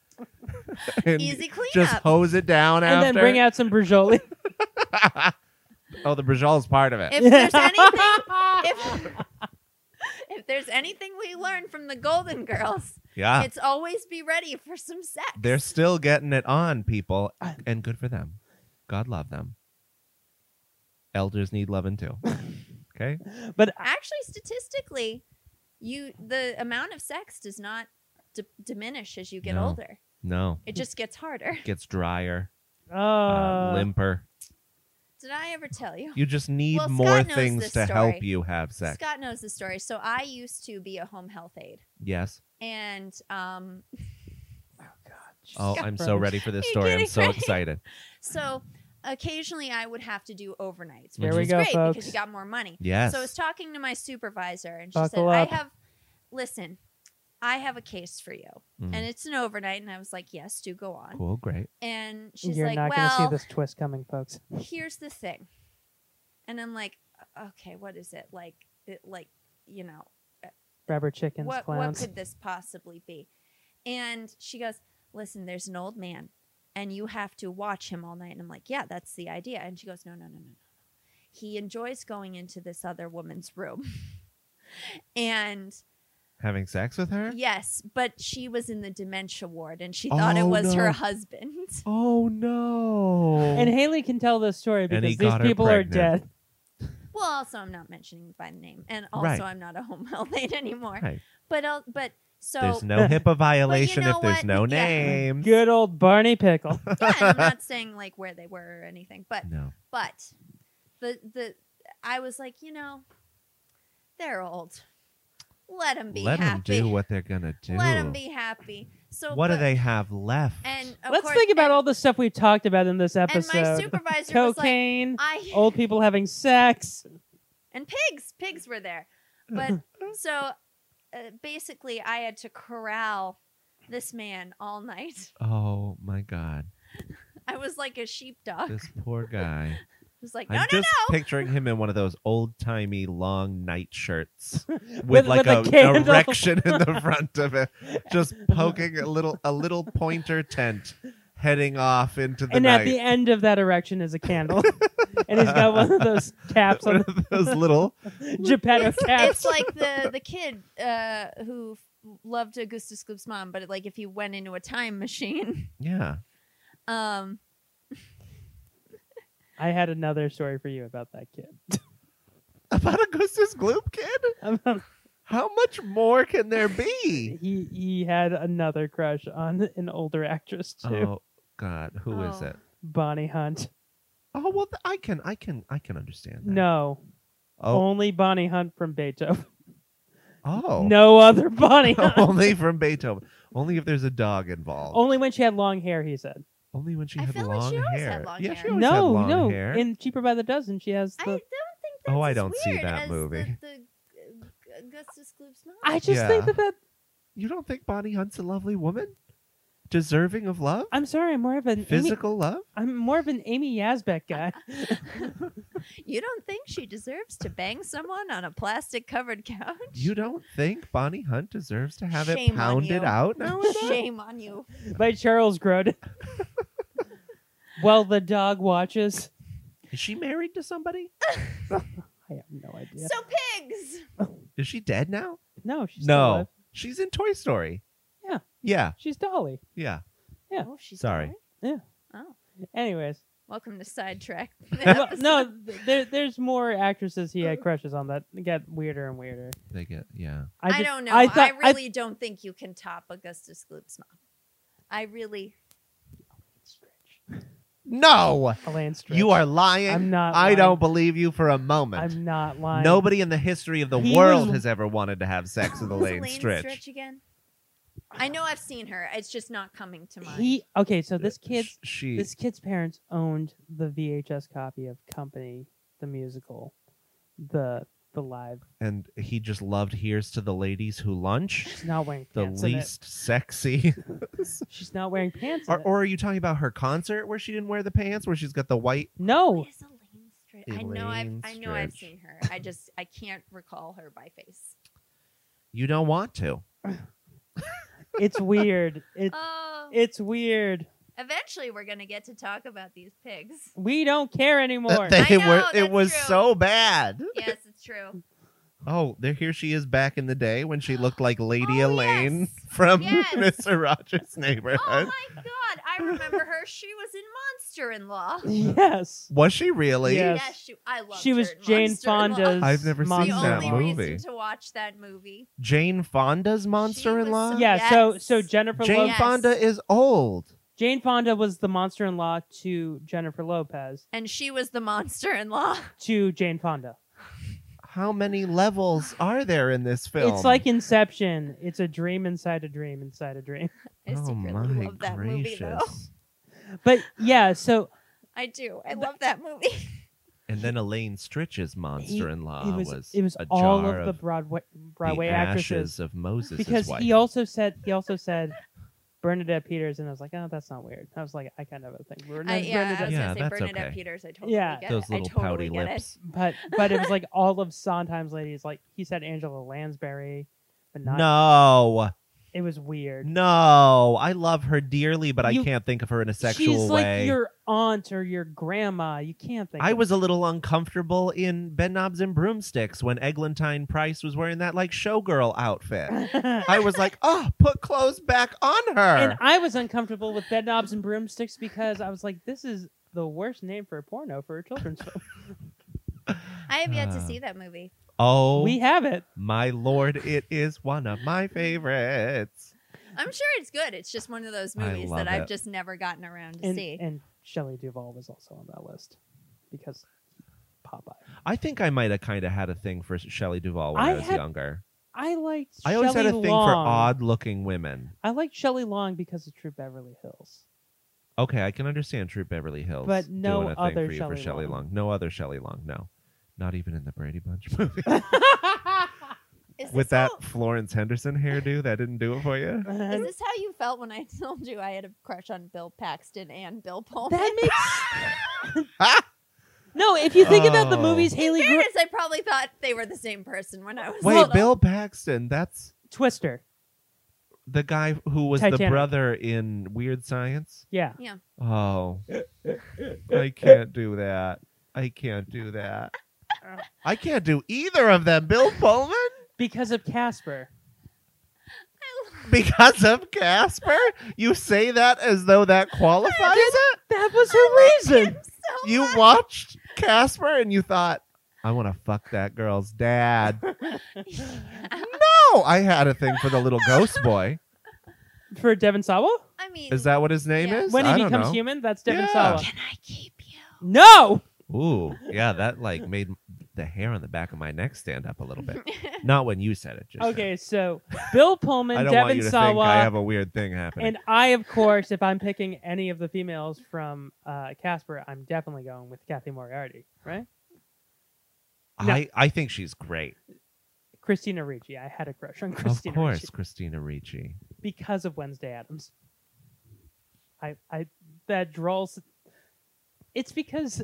Speaker 7: and
Speaker 1: Easy cleanup.
Speaker 7: Just hose it down
Speaker 2: And
Speaker 7: after.
Speaker 2: then bring out some Brujoli.
Speaker 7: oh, the Brajol's part of it.
Speaker 1: if there's anything if, if there's anything we learn from the golden girls
Speaker 7: yeah.
Speaker 1: it's always be ready for some sex
Speaker 7: They're still getting it on, people. And good for them. God love them. Elders need loving too. Okay?
Speaker 2: but
Speaker 1: actually statistically you the amount of sex does not d- diminish as you get
Speaker 7: No.
Speaker 1: older
Speaker 7: No.
Speaker 1: it just gets harder
Speaker 7: Gets drier,
Speaker 2: uh,
Speaker 7: uh, limper.
Speaker 1: did i ever tell you
Speaker 7: You just need
Speaker 1: well, Scott
Speaker 7: more
Speaker 1: knows
Speaker 7: things
Speaker 1: this
Speaker 7: to
Speaker 1: story.
Speaker 7: help you have sex.
Speaker 1: scott knows the story so i used to be a home health aide
Speaker 7: Yes.
Speaker 1: and um
Speaker 7: Oh, I'm so ready for this
Speaker 1: You're
Speaker 7: story. I'm
Speaker 1: getting
Speaker 7: so
Speaker 1: ready.
Speaker 7: excited.
Speaker 1: so occasionally i would have to do overnights
Speaker 7: There
Speaker 1: which
Speaker 7: we
Speaker 1: is
Speaker 2: go,
Speaker 1: great
Speaker 2: folks.
Speaker 1: because you got more money
Speaker 7: Yes.
Speaker 1: So I was talking to my supervisor, and she
Speaker 2: Buckle
Speaker 1: said,
Speaker 2: up.
Speaker 1: "I have, listen, I have a case for you,
Speaker 7: Mm.
Speaker 1: and it's an overnight." And I was like, "Yes, do go on."
Speaker 7: cool, great.
Speaker 1: And she's
Speaker 2: You're
Speaker 1: like,
Speaker 2: not
Speaker 1: "Well,
Speaker 2: gonna see this twist coming, folks.
Speaker 1: here's the thing," and I'm like, "Okay, what is it like? It, like, you know,
Speaker 2: Rubber chickens,
Speaker 1: what what
Speaker 2: clowns.
Speaker 1: could this possibly be?" And she goes, "Listen, there's an old man, and you have to watch him all night." And I'm like, "Yeah, that's the idea." And she goes, "No, no, no, no, no." He enjoys going into this other woman's room. And
Speaker 7: Having sex with her?
Speaker 1: Yes, but she was in the dementia ward and she thought it
Speaker 7: Oh,
Speaker 1: was her
Speaker 7: no.
Speaker 1: husband.
Speaker 7: Oh no.
Speaker 2: and Haley can tell this story
Speaker 7: And he
Speaker 2: because these
Speaker 7: got her
Speaker 2: people are
Speaker 7: pregnant.
Speaker 2: dead.
Speaker 1: Well, also I'm not mentioning by name, and also
Speaker 7: Right.
Speaker 1: I'm not a home health aide anymore.
Speaker 7: Right.
Speaker 1: But uh, but so
Speaker 7: There's no HIPAA violation
Speaker 1: know
Speaker 7: if there's
Speaker 1: what?
Speaker 7: no
Speaker 1: Yeah.
Speaker 7: name.
Speaker 2: Good old Barney Pickle.
Speaker 1: yeah, and I'm not saying like where they were or anything, but
Speaker 7: No.
Speaker 1: but the the I was like, you know, they're old. Let them be
Speaker 7: Let them
Speaker 1: happy.
Speaker 7: do what they're gonna do.
Speaker 1: Let them be happy. So
Speaker 7: what do
Speaker 1: but-
Speaker 7: they have left?
Speaker 1: And of
Speaker 2: Let's
Speaker 1: course,
Speaker 2: think about
Speaker 1: and,
Speaker 2: all the stuff we've talked about in this
Speaker 1: And
Speaker 2: episode.
Speaker 1: my supervisor was like,
Speaker 2: Cocaine,
Speaker 1: I
Speaker 2: old people having sex.
Speaker 1: and pigs pigs were there but so uh, basically i had to corral this man all night
Speaker 7: oh my god,
Speaker 1: i was like a sheepdog
Speaker 7: this poor guy.
Speaker 1: Who's like, no,
Speaker 7: I'm
Speaker 1: no,
Speaker 7: just
Speaker 1: no.
Speaker 7: picturing him in one of those old timey long night shirts with,
Speaker 2: With- with
Speaker 7: like
Speaker 2: a
Speaker 7: a,
Speaker 2: candle.
Speaker 7: erection in the front of it, just poking a little a little pointer tent, heading off into the
Speaker 2: and
Speaker 7: night.
Speaker 2: at the end of that erection is a candle, and he's got one of those caps on
Speaker 7: One of those little-
Speaker 2: Geppetto
Speaker 1: it's,
Speaker 2: caps.
Speaker 1: it's like the the kid uh, who f- loved Augustus Gloop's mom, but like if you went into a time machine,
Speaker 7: yeah.
Speaker 1: um,
Speaker 2: I had another story for you about that kid.
Speaker 7: about Augustus Gloop
Speaker 2: kid?
Speaker 7: How much more can there be?
Speaker 2: He he had another crush on an older actress too,
Speaker 7: Oh God, who is
Speaker 2: Oh.
Speaker 7: it?
Speaker 2: Bonnie Hunt.
Speaker 7: Oh well, th- I can I can I can understand that.
Speaker 2: No,
Speaker 7: Oh.
Speaker 2: only Bonnie Hunt from Beethoven.
Speaker 7: Oh,
Speaker 2: No other Bonnie Hunt.
Speaker 7: Only from Beethoven. Only if there's a dog involved.
Speaker 2: Only when she had long hair, he said.
Speaker 7: Only when she had
Speaker 1: feel like
Speaker 7: long
Speaker 1: she always
Speaker 7: hair.
Speaker 1: had long
Speaker 7: yeah,
Speaker 1: hair.
Speaker 7: she always
Speaker 2: no,
Speaker 7: had long
Speaker 2: no.
Speaker 7: hair.
Speaker 2: In Cheaper by the Dozen, she has the. I,
Speaker 7: oh, I don't see
Speaker 1: weird
Speaker 7: that
Speaker 1: as
Speaker 7: movie.
Speaker 1: the, the Augustus Gloop's mom.
Speaker 2: just think
Speaker 7: Yeah.
Speaker 2: that, that
Speaker 7: You don't think Bonnie Hunt's a lovely woman, deserving of love,
Speaker 2: I'm sorry, I'm more of an
Speaker 7: physical
Speaker 2: Amy,
Speaker 7: love?
Speaker 2: I'm more of an Amy Yazbek guy.
Speaker 1: You don't think she deserves to bang someone on a plastic covered couch?
Speaker 7: You don't think Bonnie Hunt deserves to have
Speaker 1: Shame
Speaker 7: it
Speaker 1: on
Speaker 7: pounded
Speaker 1: you.
Speaker 7: out now? and then?
Speaker 1: Shame on you.
Speaker 2: by Charles Grodin. While the dog watches.
Speaker 7: Is she married to somebody?
Speaker 2: I have no idea.
Speaker 1: So pigs.
Speaker 7: Is she dead now?
Speaker 2: no, she's still
Speaker 7: no,
Speaker 2: alive.
Speaker 7: she's in Toy Story.
Speaker 2: Yeah,
Speaker 7: Yeah,
Speaker 2: she's Dolly.
Speaker 7: yeah.
Speaker 2: Yeah.
Speaker 1: Oh, she's
Speaker 7: Sorry.
Speaker 1: dying?
Speaker 2: Yeah.
Speaker 1: Oh,
Speaker 2: Anyways,
Speaker 1: welcome to sidetrack.
Speaker 2: no, Uh, no, th- there, there's more actresses he had crushes on that get weirder and weirder.
Speaker 7: They get yeah.
Speaker 1: I,
Speaker 2: just-
Speaker 1: don't know.
Speaker 2: I,
Speaker 1: I,
Speaker 2: thought,
Speaker 1: really don't think you can top Augustus Gloop's mom. I really.
Speaker 7: No,
Speaker 2: Elaine Stritch.
Speaker 7: you are lying.
Speaker 2: I'm not
Speaker 7: I
Speaker 2: lying.
Speaker 7: don't believe you for a moment.
Speaker 2: I'm not lying.
Speaker 7: Nobody in the history of the
Speaker 2: He
Speaker 7: world
Speaker 2: was-
Speaker 7: has ever wanted to have sex with
Speaker 1: Who's
Speaker 7: Elaine Stritch.
Speaker 1: again? I know I've seen her. It's just not coming to mind.
Speaker 2: He okay. So this kid's
Speaker 7: She
Speaker 2: this kid's parents owned the VHS copy of Company, the musical, the the live.
Speaker 7: and he just loved here's to the ladies who lunch.
Speaker 2: She's not wearing
Speaker 7: The
Speaker 2: pants. in it.
Speaker 7: least sexy.
Speaker 2: She's not wearing pants. in
Speaker 7: or,
Speaker 2: it.
Speaker 7: or are you talking about her concert where she didn't wear the pants, where she's got the white?
Speaker 2: no,
Speaker 1: Is Elaine Stritch? I know I've
Speaker 7: Elaine
Speaker 1: I know I've
Speaker 7: Stritch.
Speaker 1: seen her. I just I can't recall her by face.
Speaker 7: You don't want to.
Speaker 2: it's weird. It
Speaker 1: Oh,
Speaker 2: it's weird.
Speaker 1: eventually we're gonna get to talk about these pigs.
Speaker 2: We don't care anymore.
Speaker 7: They
Speaker 1: I know,
Speaker 7: were. It
Speaker 1: that's
Speaker 7: was
Speaker 1: true.
Speaker 7: so bad.
Speaker 1: Yes, it's true.
Speaker 7: Oh, there here she is back in the day when she looked like Lady
Speaker 1: Oh,
Speaker 7: Elaine
Speaker 1: yes.
Speaker 7: from
Speaker 1: Yes.
Speaker 7: Mr. Rogers'
Speaker 1: Oh
Speaker 7: Neighborhood.
Speaker 1: my god, I remember her. She was in Monster in Law.
Speaker 2: yes.
Speaker 7: was she really?
Speaker 2: Yes.
Speaker 1: Yes, she, I love.
Speaker 2: She was Jane Fonda's.
Speaker 7: I've never seen
Speaker 1: The
Speaker 2: monster
Speaker 7: that
Speaker 1: only
Speaker 2: in-law.
Speaker 7: movie.
Speaker 1: reason to watch that movie.
Speaker 7: Jane Fonda's monster-in-law.
Speaker 1: was
Speaker 2: Yeah. So
Speaker 1: Yes.
Speaker 2: so Jennifer
Speaker 7: Jane
Speaker 2: Lopez.
Speaker 1: Yes.
Speaker 7: Fonda is old.
Speaker 2: Jane Fonda was the monster-in-law to Jennifer Lopez
Speaker 1: And she was the monster in law.
Speaker 2: to Jane Fonda.
Speaker 7: How many levels are there in this film?
Speaker 2: It's like Inception. It's a dream inside a dream inside a dream.
Speaker 1: I
Speaker 7: oh
Speaker 1: secretly
Speaker 7: my
Speaker 1: love that movie
Speaker 7: gracious!
Speaker 1: though.
Speaker 2: But yeah, so
Speaker 1: I do. I love that movie.
Speaker 7: And then Elaine Stritch's
Speaker 2: he-
Speaker 7: monster-in-law
Speaker 2: it
Speaker 7: Uh, was,
Speaker 2: was, it was
Speaker 7: a
Speaker 2: all
Speaker 7: jar
Speaker 2: of the Broadway Broadway
Speaker 7: the
Speaker 2: actresses
Speaker 7: ashes of Moses'
Speaker 2: because
Speaker 7: wife.
Speaker 2: he also said he also said Bernadette Peters and I was like, oh, that's not weird. I was like, I kind of think Bernadette.
Speaker 1: I, yeah, I
Speaker 2: Bernadette
Speaker 1: was
Speaker 7: Yeah,
Speaker 1: gonna say
Speaker 7: that's
Speaker 1: Bernadette
Speaker 7: okay.
Speaker 1: Peters. I totally
Speaker 2: Yeah.
Speaker 1: get
Speaker 7: Those
Speaker 1: it. I
Speaker 7: little
Speaker 1: totally
Speaker 7: pouty
Speaker 1: get
Speaker 7: lips.
Speaker 2: but but it was like all of Sondheim's ladies. Like he said Angela Lansbury, but not.
Speaker 7: no,
Speaker 2: It was weird.
Speaker 7: no, I love her dearly, but
Speaker 2: You-
Speaker 7: I can't think of her in a sexual
Speaker 2: She's
Speaker 7: way.
Speaker 2: like your aunt or your grandma. You can't think.
Speaker 7: I
Speaker 2: of-
Speaker 7: was a little uncomfortable in Bedknobs and Broomsticks when Eglantine Price was wearing that like showgirl outfit. I was like, oh, put clothes back on her.
Speaker 2: and I was uncomfortable with bedknobs and broomsticks because I was like, this is the worst name for a porno for a children's film.
Speaker 1: it. I have yet to
Speaker 7: Uh,
Speaker 1: see that movie.
Speaker 7: oh,
Speaker 2: We have it.
Speaker 7: my lord, it is one of my favorites.
Speaker 1: I'm sure it's good. It's just one of those
Speaker 7: I
Speaker 1: movies
Speaker 7: love
Speaker 1: that I've
Speaker 7: it.
Speaker 1: just never gotten around to
Speaker 2: And,
Speaker 1: see.
Speaker 2: and Shelley Duvall was also on that list because Popeye.
Speaker 7: I think I might have kind of had a thing for Shelley Duvall when
Speaker 2: I
Speaker 7: I, was
Speaker 2: had-
Speaker 7: younger.
Speaker 2: I liked.
Speaker 7: I always
Speaker 2: Shelley
Speaker 7: had a thing
Speaker 2: Long.
Speaker 7: for odd-looking women.
Speaker 2: I liked Shelley Long because of True Beverly Hills.
Speaker 7: Okay, I can understand True Beverly Hills,
Speaker 2: But no
Speaker 7: doing a
Speaker 2: other
Speaker 7: thing for you
Speaker 2: Shelley
Speaker 7: for Shelley
Speaker 2: Long.
Speaker 7: Long. No other Shelley Long. No, not even in the Brady Bunch movie.
Speaker 1: Is this
Speaker 7: with that
Speaker 1: how-
Speaker 7: Florence Henderson hairdo that didn't do it for you.
Speaker 1: Is this how you felt when I told you I had a crush on Bill Paxton and Bill Pullman?
Speaker 2: That makes No, if you think about the
Speaker 7: Ah! Oh.
Speaker 2: movies,
Speaker 1: In
Speaker 2: Haley grew
Speaker 1: fairness, I probably thought they were the same person when I was
Speaker 7: Wait,
Speaker 1: little.
Speaker 7: Bill Paxton, that's
Speaker 2: Twister.
Speaker 7: the guy who was the
Speaker 2: Titanic.
Speaker 7: brother in Weird Science?
Speaker 2: Yeah.
Speaker 1: Yeah.
Speaker 7: Oh. I can't do that. I can't do that. I can't do either of them, Bill Pullman?
Speaker 2: Because of Casper.
Speaker 7: Because of Casper? You say that as though that qualifies it?
Speaker 2: That was her reason.
Speaker 7: You watched Casper and you thought, I want to fuck that girl's dad. No, I had a thing for the little ghost boy.
Speaker 2: For Devon Sawa?
Speaker 1: I mean,
Speaker 7: Is that what his name
Speaker 1: Yeah.
Speaker 7: is?
Speaker 2: When he
Speaker 7: I don't
Speaker 2: becomes
Speaker 7: know.
Speaker 2: human, that's Devon
Speaker 7: Yeah.
Speaker 2: Sawa. Can I keep you? No!
Speaker 7: Ooh, yeah, that like made the hair on the back of my neck stand up a little bit. Not when you said it. Just
Speaker 2: Okay, so Bill
Speaker 7: now.
Speaker 2: Pullman,
Speaker 7: I don't
Speaker 2: Devon
Speaker 7: want you to
Speaker 2: Sawa,
Speaker 7: think I have a weird thing happening.
Speaker 2: and I, of course, if I'm picking any of the females from uh, Casper, I'm definitely going with Kathy Moriarty, right? no.
Speaker 7: I I think she's great.
Speaker 2: Christina Ricci. I had a crush on Christina
Speaker 7: of course,
Speaker 2: Ricci
Speaker 7: Christina Ricci.
Speaker 2: because of Wednesday Adams. I, I that draws. It's because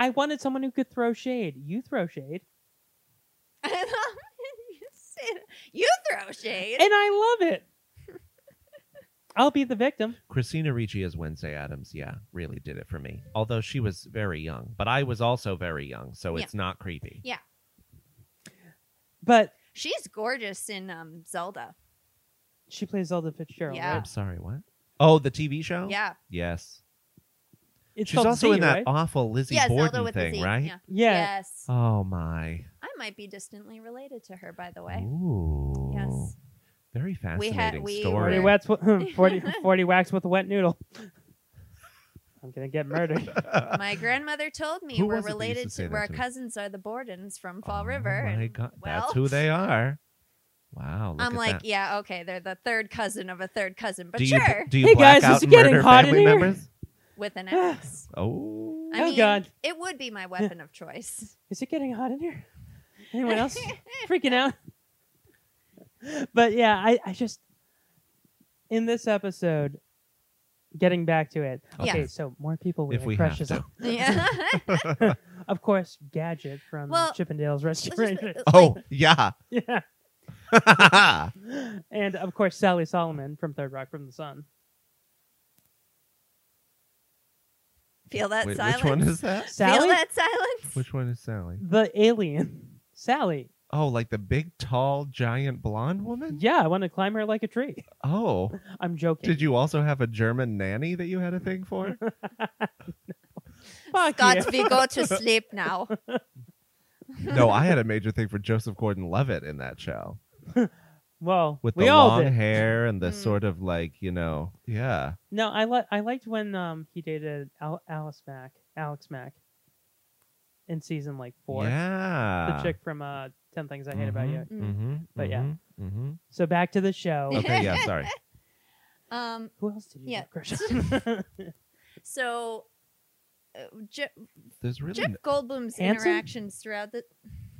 Speaker 2: I wanted someone who could throw shade. You throw shade,
Speaker 1: you said- you throw shade.
Speaker 2: and I love it. I'll be the victim.
Speaker 7: Christina Ricci as Wednesday Adams, yeah, really did it for me. Although she was very young, but I was also very young, so
Speaker 1: Yeah.
Speaker 7: it's not creepy.
Speaker 1: yeah,
Speaker 2: But
Speaker 1: she's gorgeous in um, Zelda.
Speaker 2: she plays Zelda Fitzgerald.
Speaker 1: Yeah.
Speaker 2: right?
Speaker 7: I'm sorry, what? Oh, the TV show?
Speaker 1: Yeah.
Speaker 7: Yes.
Speaker 2: It's
Speaker 7: She's
Speaker 2: called
Speaker 7: also
Speaker 2: Z,
Speaker 7: in that
Speaker 2: right?
Speaker 7: awful Lizzie
Speaker 1: yeah,
Speaker 7: Borden
Speaker 1: Zelda with
Speaker 7: thing,
Speaker 1: the Z.
Speaker 7: right?
Speaker 1: Yeah.
Speaker 2: Yeah.
Speaker 1: Yes.
Speaker 7: Oh my.
Speaker 1: I might be distantly related to her, by the way.
Speaker 7: Ooh.
Speaker 1: Yes.
Speaker 7: Very
Speaker 1: We
Speaker 7: fascinating
Speaker 1: had- we
Speaker 7: story.
Speaker 2: Forty
Speaker 1: were-
Speaker 2: wax, with, 40, 40 wax with a wet noodle. I'm gonna get murdered.
Speaker 1: My grandmother told me
Speaker 7: Who
Speaker 1: we're
Speaker 7: was it that used to
Speaker 1: related
Speaker 7: say
Speaker 1: to,
Speaker 7: that
Speaker 1: where our
Speaker 7: to me?
Speaker 1: cousins are the Bordens from Fall
Speaker 7: Oh
Speaker 1: River.
Speaker 7: my
Speaker 1: and,
Speaker 7: God,
Speaker 1: well,
Speaker 7: that's who they are. Wow. look
Speaker 1: I'm
Speaker 7: at
Speaker 1: like,
Speaker 7: that.
Speaker 1: yeah, okay, they're the third cousin of a third cousin, but
Speaker 7: do you
Speaker 1: sure,
Speaker 7: do you
Speaker 2: Hey,
Speaker 7: black
Speaker 2: guys,
Speaker 7: out
Speaker 2: is it
Speaker 7: and
Speaker 2: getting
Speaker 7: murder
Speaker 2: hot in
Speaker 7: family
Speaker 2: here?
Speaker 7: members?
Speaker 1: with an axe.
Speaker 7: Oh.
Speaker 1: I
Speaker 2: Oh,
Speaker 1: mean,
Speaker 2: God.
Speaker 1: it would be my weapon of choice.
Speaker 2: Is it getting hot in here? Anyone else freaking out? But yeah, I, I just in this episode, getting back to it.
Speaker 1: Yeah.
Speaker 2: Okay, so more people we
Speaker 7: If
Speaker 2: had
Speaker 7: we have
Speaker 2: crushes
Speaker 7: to.
Speaker 2: on.
Speaker 1: Yeah.
Speaker 2: Of course, Gadget from
Speaker 1: Well,
Speaker 2: Chippendales
Speaker 1: just-
Speaker 2: Restoration.
Speaker 7: Oh, yeah.
Speaker 2: yeah, and of course Sally Solomon from Third Rock from the Sun.
Speaker 1: Feel that
Speaker 7: Wait,
Speaker 1: silence.
Speaker 7: which one is that?
Speaker 2: Sally,
Speaker 1: Feel that silence.
Speaker 7: Which one is Sally?
Speaker 2: the alien. Sally.
Speaker 7: Oh, like the big, tall, giant blonde woman?
Speaker 2: Yeah, I want to climb her like a tree.
Speaker 7: Oh.
Speaker 2: I'm joking.
Speaker 7: Did you also have a German nanny that you had a thing for?
Speaker 2: Fuck
Speaker 1: Scott,
Speaker 2: you.
Speaker 1: we go to sleep now.
Speaker 7: no, I had a major thing for Joseph Gordon Levitt in that show.
Speaker 2: Well,
Speaker 7: With
Speaker 2: we
Speaker 7: the
Speaker 2: all
Speaker 7: long
Speaker 2: did.
Speaker 7: hair and the
Speaker 1: Mm.
Speaker 7: sort of like, you know, yeah.
Speaker 2: No, I li- I liked when um he dated Al- Alice Mack, Alex Mack, in season like four.
Speaker 7: Yeah.
Speaker 2: The chick from uh Ten Things I Hate About You.
Speaker 7: Mm-hmm,
Speaker 2: But yeah.
Speaker 7: hmm
Speaker 2: So back to the show.
Speaker 7: Okay, yeah, sorry.
Speaker 1: Um,
Speaker 2: Who else did you
Speaker 1: Yeah.
Speaker 2: have a crush on?
Speaker 1: so uh, Je-
Speaker 7: There's really.
Speaker 1: Jeff
Speaker 7: n-
Speaker 1: Goldblum's
Speaker 2: Hanson?
Speaker 1: interactions throughout the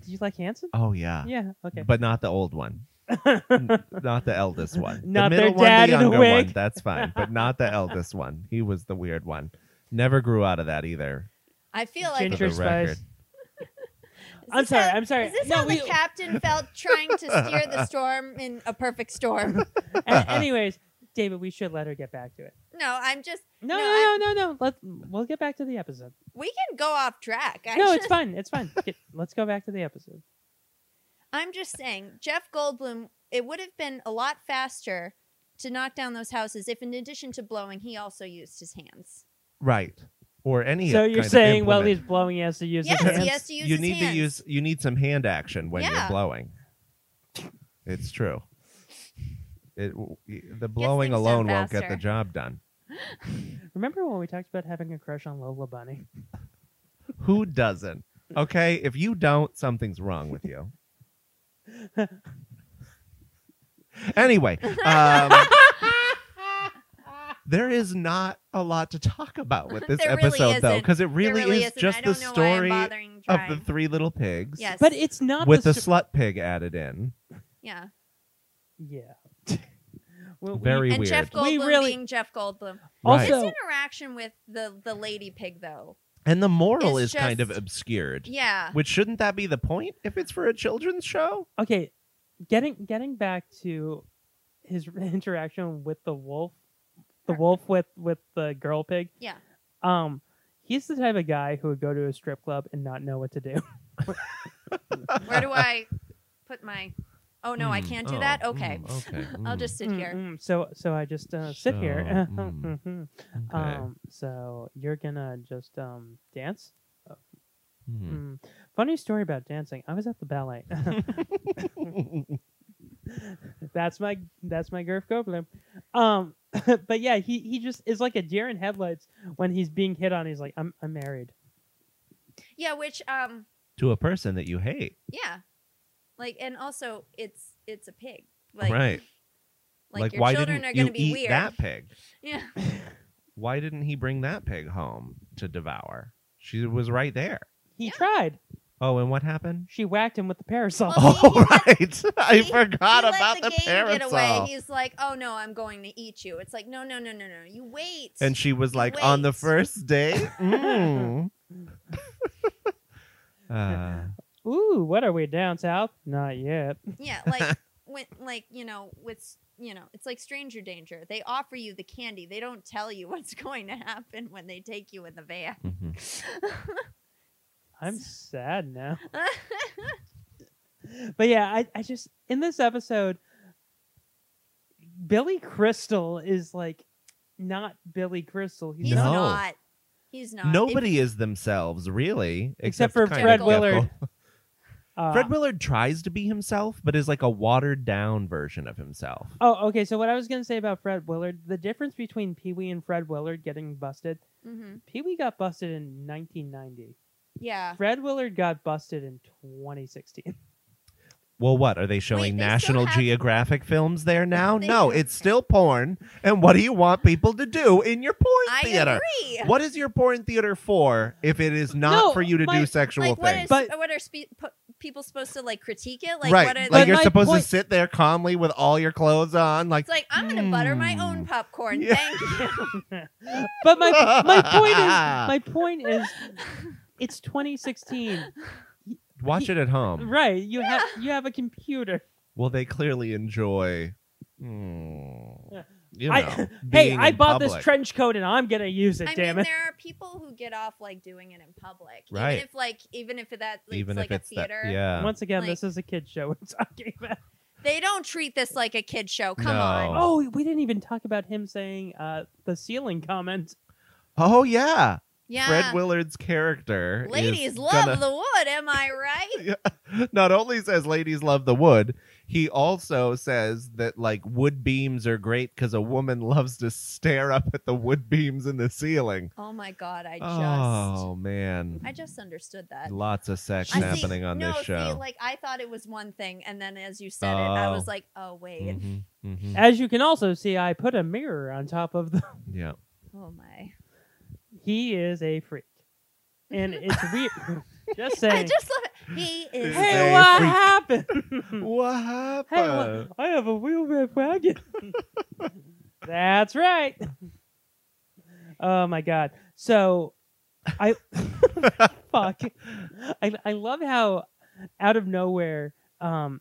Speaker 2: did you like Hanson?
Speaker 7: oh, yeah.
Speaker 2: Yeah. Okay.
Speaker 7: But not the old one. N- not the eldest one.
Speaker 2: Not
Speaker 7: the
Speaker 2: their
Speaker 7: middle
Speaker 2: dad in
Speaker 7: one,
Speaker 2: a
Speaker 7: the younger
Speaker 2: wig.
Speaker 7: one. That's fine. But not the eldest one. He was the weird one. Never grew out of that either.
Speaker 1: I feel like
Speaker 7: For
Speaker 2: Ginger
Speaker 7: the record.
Speaker 2: Spice.
Speaker 1: Is
Speaker 2: I'm
Speaker 1: this
Speaker 2: sorry.
Speaker 1: how-
Speaker 2: I'm sorry.
Speaker 1: Is this
Speaker 2: no,
Speaker 1: how
Speaker 2: we,
Speaker 1: the captain felt trying to steer the storm in a perfect storm?
Speaker 2: a- anyways, David, we should let her get back to it.
Speaker 1: No, I'm just.
Speaker 2: No,
Speaker 1: No,
Speaker 2: no, no, no, no. Let we'll get back to the episode.
Speaker 1: We can go off track. I
Speaker 2: No,
Speaker 1: just,
Speaker 2: it's fine. It's fine. Get, let's go back to the episode.
Speaker 1: I'm just saying, Jeff Goldblum. It would have been a lot faster to knock down those houses if, in addition to blowing, he also used his hands.
Speaker 7: Right. Or any
Speaker 2: so
Speaker 7: kind
Speaker 2: you're
Speaker 7: of
Speaker 2: saying while
Speaker 7: implement.
Speaker 2: he's blowing, he has to use
Speaker 1: Yes,
Speaker 2: his hands.
Speaker 1: he has to use
Speaker 7: you
Speaker 1: his
Speaker 7: need
Speaker 1: hands.
Speaker 7: to use you need some hand action when
Speaker 1: Yeah.
Speaker 7: you're blowing. It's true. It w- y- the blowing
Speaker 1: things done
Speaker 7: alone won't get the
Speaker 1: faster.
Speaker 7: job done.
Speaker 2: Remember when we talked about having a crush on Lola Bunny?
Speaker 7: Who doesn't? Okay, if you don't, something's wrong with you. anyway, um, there is not a lot to talk about with this
Speaker 1: There really
Speaker 7: episode, though,
Speaker 1: isn't.
Speaker 7: because
Speaker 1: There
Speaker 7: it really, is
Speaker 1: isn't. I
Speaker 7: just the
Speaker 1: don't know why I'm
Speaker 7: story of
Speaker 1: bothering
Speaker 7: the
Speaker 1: trying.
Speaker 7: three little pigs
Speaker 1: Yes,
Speaker 2: But it's not
Speaker 7: with
Speaker 2: the
Speaker 7: the
Speaker 2: sto-
Speaker 7: slut pig added in.
Speaker 1: yeah,
Speaker 2: yeah. well, we-
Speaker 7: Very
Speaker 1: and
Speaker 7: weird.
Speaker 1: Jeff
Speaker 2: We
Speaker 1: Goldblum
Speaker 2: really-
Speaker 1: being Jeff Goldblum.
Speaker 7: Right.
Speaker 1: His
Speaker 2: Also,
Speaker 1: interaction with the the lady pig though
Speaker 7: And the moral
Speaker 1: It's
Speaker 7: is kind of
Speaker 1: just-
Speaker 7: obscured.
Speaker 1: Yeah.
Speaker 7: Which shouldn't that be the point if it's for a children's show?
Speaker 2: Okay, getting getting back to his interaction with the wolf, the wolf with with the girl pig.
Speaker 1: Yeah.
Speaker 2: Um, he's the type of guy who would go to a strip club and not know what to do.
Speaker 1: Where do I put my? Oh no, I
Speaker 7: Hmm.
Speaker 2: Mm,
Speaker 1: can't do
Speaker 2: oh,
Speaker 1: that. Okay,
Speaker 2: mm, okay,
Speaker 1: I'll
Speaker 2: mm.
Speaker 1: just sit here.
Speaker 2: Mm, So so I just uh, sit here.
Speaker 7: So, mm,
Speaker 2: Mhm.
Speaker 7: okay.
Speaker 2: Um, so you're gonna just um dance. Oh,
Speaker 7: Hmm.
Speaker 2: mm. Funny story about dancing. I was at the ballet. that's my that's my Gerf Goldblum. Um, but yeah, he he just is like a deer in headlights when he's being hit on. He's like, I'm I'm married.
Speaker 1: Yeah, which um,
Speaker 7: To a person that you hate.
Speaker 1: yeah, like and also it's it's a pig. Like,
Speaker 7: right.
Speaker 1: Like, your
Speaker 7: why
Speaker 1: children
Speaker 7: didn't
Speaker 1: are gonna
Speaker 7: you
Speaker 1: be
Speaker 7: eat
Speaker 1: weird.
Speaker 7: that pig?
Speaker 1: Yeah.
Speaker 7: Why didn't he bring that pig home to devour? She was right there.
Speaker 2: He tried.
Speaker 7: Oh, and what happened?
Speaker 2: She whacked him with the parasol.
Speaker 7: oh, right. I
Speaker 1: He-
Speaker 7: forgot
Speaker 1: he let
Speaker 7: about the,
Speaker 1: game
Speaker 7: parasol.
Speaker 1: Get away. He's like, oh no, I'm going to eat you. It's like, no, no, no, no, no. You wait.
Speaker 7: and she was like, on the first day? Mm. Uh,
Speaker 2: Ooh, what are we down south? Not yet.
Speaker 1: Yeah, like when, like you know, with you know, it's like stranger danger. They offer you the candy. They don't tell you what's going to happen when they take you in the van.
Speaker 7: mm-hmm.
Speaker 2: I'm sad now. But yeah, I, I just in this episode, Billy Crystal is like not Billy Crystal. He's,
Speaker 1: He's
Speaker 7: No.
Speaker 1: not. He's not.
Speaker 7: Nobody
Speaker 1: If-
Speaker 7: is themselves, really.
Speaker 2: Except for
Speaker 7: kind
Speaker 2: Fred
Speaker 7: of
Speaker 2: Willard.
Speaker 7: Gecko.
Speaker 2: Uh,
Speaker 7: Fred Willard tries to be himself, but is like a watered down version of himself.
Speaker 2: Oh, okay. So what I was gonna say about Fred Willard, the difference between Pee Wee and Fred Willard getting busted.
Speaker 1: Mhm.
Speaker 2: Pee Wee got busted in 1990.
Speaker 1: Yeah.
Speaker 2: Fred Willard got busted in 2016.
Speaker 7: Well, what? Are they showing National Geographic films there now?
Speaker 2: They-
Speaker 7: no, it's still porn. And what do you want people to do in your porn
Speaker 1: I
Speaker 7: theater?
Speaker 1: agree.
Speaker 7: What is your porn theater for if it is not
Speaker 2: No,
Speaker 7: for you to
Speaker 2: my-
Speaker 7: do sexual
Speaker 1: like what
Speaker 7: things?
Speaker 1: is what are spe- pu- people supposed to like critique it? Like
Speaker 7: right.
Speaker 1: what are
Speaker 7: like
Speaker 1: they-
Speaker 7: you're supposed to sit there calmly with all your clothes on. Like,
Speaker 1: It's like I'm gonna butter my own
Speaker 7: Mm.
Speaker 1: popcorn. Thank you.
Speaker 2: But my my point is my point is it's 2016.
Speaker 7: watch it at home.
Speaker 2: Right. You have you have a computer.
Speaker 7: Well, they clearly enjoy. mm, you know,
Speaker 2: I, hey,
Speaker 7: being
Speaker 2: I
Speaker 7: in
Speaker 2: bought this
Speaker 7: public.
Speaker 2: trench coat and I'm gonna use it.
Speaker 1: I
Speaker 2: damn
Speaker 1: mean,
Speaker 2: it.
Speaker 1: there are people who get off like doing it in public,
Speaker 2: Right.
Speaker 1: Even if like, even if that, it's
Speaker 7: Even if
Speaker 1: like
Speaker 7: it's
Speaker 1: a
Speaker 7: that-
Speaker 1: theater.
Speaker 7: yeah.
Speaker 2: Once again,
Speaker 1: Like,
Speaker 2: this is a kid show. We're talking about.
Speaker 1: they don't treat this like a kid show. Come
Speaker 7: No.
Speaker 1: on.
Speaker 2: Oh, we didn't even talk about him saying uh, the ceiling comment.
Speaker 7: Oh yeah.
Speaker 1: Yeah.
Speaker 7: Fred Willard's character. is
Speaker 1: Ladies love
Speaker 7: gonna-
Speaker 1: the wood. Am I right?
Speaker 7: Not only says ladies love the wood, he also says that like wood beams are great because a woman loves to stare up at the wood beams in the ceiling.
Speaker 1: Oh my god! I just,
Speaker 7: oh man.
Speaker 1: I just understood that.
Speaker 7: Lots of sex
Speaker 1: I see-
Speaker 7: happening on
Speaker 1: no,
Speaker 7: this show.
Speaker 1: See, like I thought it was one thing, and then as you said it, I
Speaker 7: Oh.
Speaker 1: was like, oh wait.
Speaker 7: Mhm, mhm.
Speaker 1: uh,
Speaker 2: As you can also see, I put a mirror on top of the.
Speaker 7: Yeah.
Speaker 1: Oh my.
Speaker 2: He is a freak, and it's weird. just saying.
Speaker 1: I just love it. He is.
Speaker 2: hey, what happened?
Speaker 1: hmm.
Speaker 7: what
Speaker 2: Hey, what- I have a wheelbarrow wagon. That's right. Oh my god. So I fuck. I I love how out of nowhere um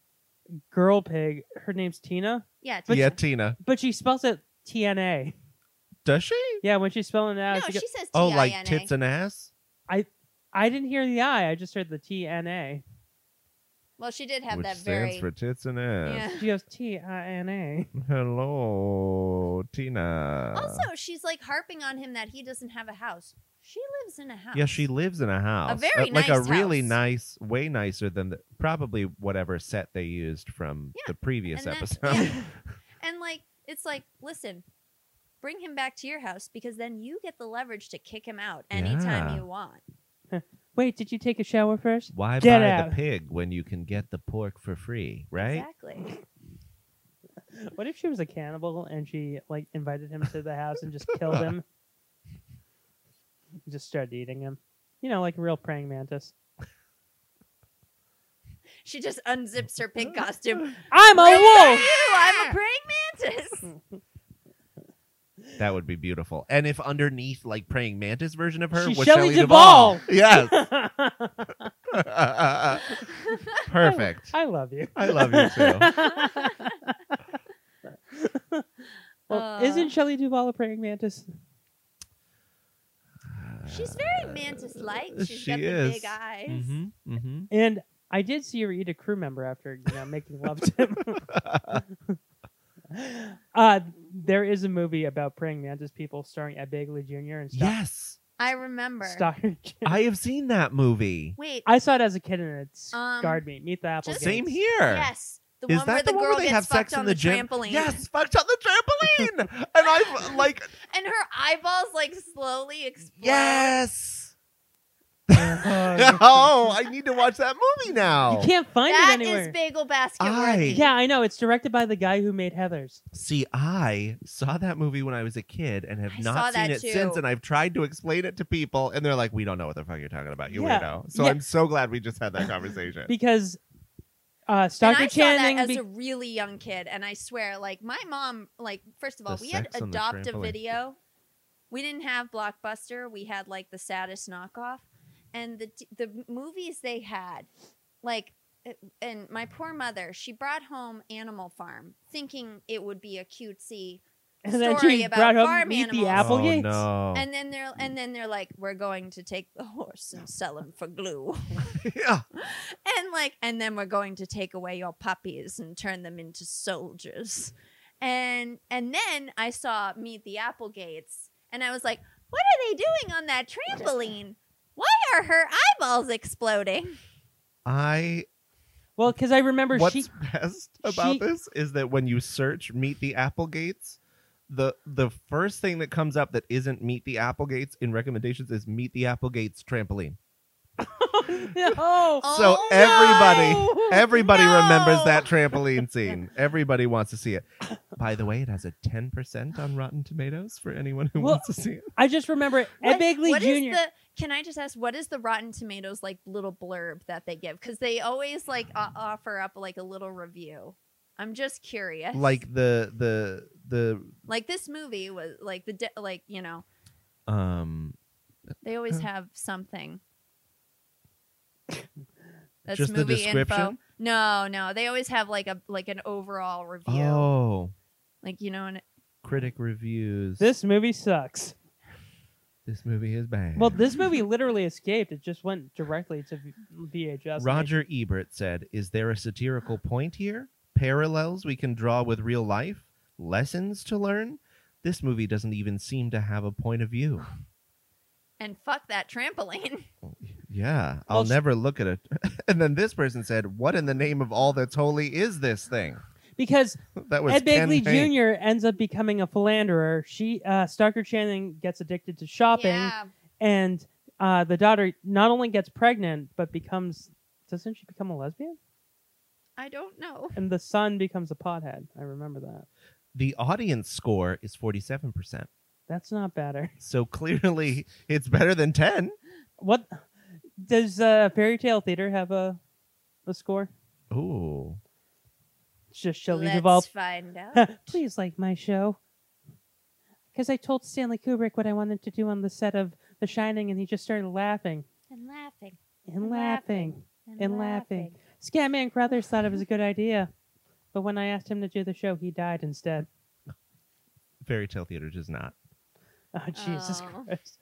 Speaker 2: girl pig her name's Tina.
Speaker 1: Yeah,
Speaker 2: But
Speaker 7: yeah,
Speaker 2: she-
Speaker 7: Tina.
Speaker 2: But she spells it TNA.
Speaker 7: Does she?
Speaker 2: Yeah, when she's spelling it out
Speaker 1: No,
Speaker 2: goes,
Speaker 1: she says
Speaker 7: Oh, like
Speaker 1: eh?
Speaker 7: tits and ass?
Speaker 2: I I didn't hear the I, I just heard the TNA.
Speaker 1: Well, she did have
Speaker 7: Which
Speaker 1: that
Speaker 7: stands
Speaker 1: very.
Speaker 7: for tits and ass.
Speaker 1: Yeah.
Speaker 2: She goes T I N A.
Speaker 7: Hello, Tina.
Speaker 1: Also, she's like harping on him that he doesn't have a house. She lives in a house.
Speaker 7: Yeah, she lives in a house. uh,
Speaker 1: very
Speaker 7: like
Speaker 1: nice
Speaker 7: a really
Speaker 1: house.
Speaker 7: nice, way nicer than the, probably whatever set they used from the previous
Speaker 1: And that-
Speaker 7: episode.
Speaker 1: yeah. And like, it's like, listen, bring him back to your house because then you get the leverage to kick him out anytime
Speaker 7: Yeah.
Speaker 1: you want.
Speaker 2: Wait, did you take a shower first?
Speaker 7: Why
Speaker 2: Get
Speaker 7: buy
Speaker 2: out.
Speaker 7: the pig when you can get the pork for free, right?
Speaker 1: Exactly.
Speaker 2: What if she was a cannibal and she like invited him to the house and just killed him? just started eating him. You know, like a real praying mantis.
Speaker 1: She just unzips her pig costume.
Speaker 2: I'm a
Speaker 1: Good for
Speaker 2: wolf!
Speaker 1: you! I'm a praying mantis.
Speaker 7: That would be beautiful. And if underneath, like praying mantis version of her
Speaker 2: She's
Speaker 7: was
Speaker 2: Shelley
Speaker 7: Shelley Duvall.
Speaker 2: Duvall.
Speaker 7: Yes. Perfect.
Speaker 2: I, I love you.
Speaker 7: I love you too.
Speaker 2: well,
Speaker 1: Uh.
Speaker 2: isn't Shelley Duvall a praying mantis?
Speaker 1: She's very mantis-like. She's
Speaker 7: Uh, she
Speaker 1: got the
Speaker 7: is.
Speaker 1: big eyes.
Speaker 7: hmm hmm
Speaker 2: And I did see her eat a crew member after you know making love to him. uh, there is a movie about praying mantis people starring Ed Begley Jr. and Stock-
Speaker 7: Yes.
Speaker 1: I remember.
Speaker 2: Stockard.
Speaker 7: I have seen that movie.
Speaker 1: Wait,
Speaker 2: I saw it as a kid and it
Speaker 1: Um,
Speaker 2: scarred me. Meet the Applegate.
Speaker 7: Same here.
Speaker 1: yes, the
Speaker 7: Is
Speaker 1: one
Speaker 7: that
Speaker 1: where the,
Speaker 7: the one
Speaker 1: girl
Speaker 7: where they
Speaker 1: gets
Speaker 7: have
Speaker 1: fucked
Speaker 7: sex in
Speaker 1: on
Speaker 7: the
Speaker 1: the,
Speaker 7: gym?
Speaker 1: trampoline.
Speaker 7: Yes, fucked on the trampoline. and I've like,
Speaker 1: and her eyeballs like slowly explode.
Speaker 7: yes.
Speaker 2: Uh,
Speaker 7: Oh, I need to watch that movie now.
Speaker 2: you can't find
Speaker 1: That
Speaker 2: it
Speaker 1: is
Speaker 2: anywhere.
Speaker 1: bagel basket
Speaker 7: I-
Speaker 1: worthy.
Speaker 2: yeah, I know. It's directed by the guy who made Heather's.
Speaker 7: See, I saw that movie when I was a kid and have
Speaker 1: I
Speaker 7: not
Speaker 1: saw
Speaker 7: seen
Speaker 1: that
Speaker 7: it since.
Speaker 1: too.
Speaker 7: And I've tried to explain it to people, and they're like, "We don't know what the fuck you're talking about, you
Speaker 2: Yeah.
Speaker 7: weirdo." So
Speaker 2: Yeah.
Speaker 7: I'm so glad we just had that conversation.
Speaker 2: Because uh,
Speaker 1: And
Speaker 2: Stockard
Speaker 1: I saw
Speaker 2: Channing.
Speaker 1: that as
Speaker 2: be-
Speaker 1: a really young kid, and I swear, like my mom, like first of
Speaker 7: The
Speaker 1: all, we had
Speaker 7: sex on the
Speaker 1: adopt a
Speaker 7: trampoline.
Speaker 1: video. We didn't have Blockbuster. We had like the saddest knockoff, and the t- the movies they had, like, uh, and my poor mother, she brought home Animal Farm, thinking it would be a cutesy,
Speaker 2: and then
Speaker 1: story
Speaker 2: she
Speaker 1: about
Speaker 2: brought up
Speaker 1: farm
Speaker 2: Meet
Speaker 1: animals.
Speaker 2: the Applegate.
Speaker 7: Oh, no.
Speaker 1: and then they're and then they're like, we're going to take the horse and sell him for glue.
Speaker 7: yeah.
Speaker 1: and like and then we're going to take away your puppies and turn them into soldiers and and then i saw meet the applegates and i was like what are they doing on that trampoline why are her eyeballs exploding
Speaker 7: I
Speaker 2: Well, because I remember
Speaker 7: what's
Speaker 2: she.
Speaker 7: best about
Speaker 2: she-
Speaker 7: this is that when you search "Meet the Applegates," the the first thing that comes up that isn't "Meet the Applegates" in recommendations is "Meet the Applegates trampoline."
Speaker 2: no.
Speaker 7: so
Speaker 1: Oh,
Speaker 7: everybody
Speaker 2: no.
Speaker 7: everybody
Speaker 1: No.
Speaker 7: remembers that trampoline scene everybody wants to see it by the way it has a 10% on rotten tomatoes for anyone who
Speaker 2: Well,
Speaker 7: wants to see it
Speaker 2: I just remember Ed
Speaker 1: What-
Speaker 2: Begley
Speaker 1: what
Speaker 2: Jr.
Speaker 1: is the can i just ask what is the rotten tomatoes like little blurb that they give because they always like o- offer up like a little review i'm just curious
Speaker 7: like the the the
Speaker 1: like this movie was like the de- like you know
Speaker 7: um
Speaker 1: They always
Speaker 7: Uh,
Speaker 1: have something. That's
Speaker 7: Just the
Speaker 1: movie info.
Speaker 7: description?
Speaker 1: No, no. They always have like a like an overall review.
Speaker 7: oh
Speaker 1: Like you know, and
Speaker 7: critic reviews
Speaker 2: This movie sucks.
Speaker 7: this movie is bad
Speaker 2: Well, this movie literally escaped. It just went directly to V- VHS.
Speaker 7: roger ebert said is there a satirical point here parallels we can draw with real life lessons to learn this movie doesn't even seem to have a point of view
Speaker 1: and fuck that trampoline.
Speaker 7: Yeah,
Speaker 2: Well,
Speaker 7: I'll
Speaker 2: sh-
Speaker 7: never look at it. and then this person said, "What in the name of all that's holy is this thing?"
Speaker 2: Because
Speaker 7: That was
Speaker 2: Ed
Speaker 7: Ken
Speaker 2: Begley
Speaker 7: Payne.
Speaker 2: Jr. ends up becoming a philanderer. She, uh, Stalker Channing, gets addicted to shopping,
Speaker 1: Yeah.
Speaker 2: and uh, the daughter not only gets pregnant but becomes doesn't she become a lesbian?
Speaker 1: I don't know.
Speaker 2: And the son becomes a pothead. I remember that.
Speaker 7: The audience score is forty-seven percent,
Speaker 2: That's not better.
Speaker 7: so clearly it's better than ten.
Speaker 2: What does uh, Fairy Tale Theater have a a score?
Speaker 7: Ooh,
Speaker 2: It's just Shelley
Speaker 1: Let's
Speaker 2: Duvall
Speaker 1: find out.
Speaker 2: Please like my show. Because I told Stanley Kubrick what I wanted to do on the set of The Shining, and he just started laughing
Speaker 1: and laughing
Speaker 2: and
Speaker 1: And
Speaker 2: laughing
Speaker 1: laughing,
Speaker 2: and laughing. Scatman Crothers thought it was a good idea, but when I asked him to do the show, he died instead.
Speaker 7: fairy tale theater does not.
Speaker 2: Oh, Jesus
Speaker 1: Oh.
Speaker 2: Christ.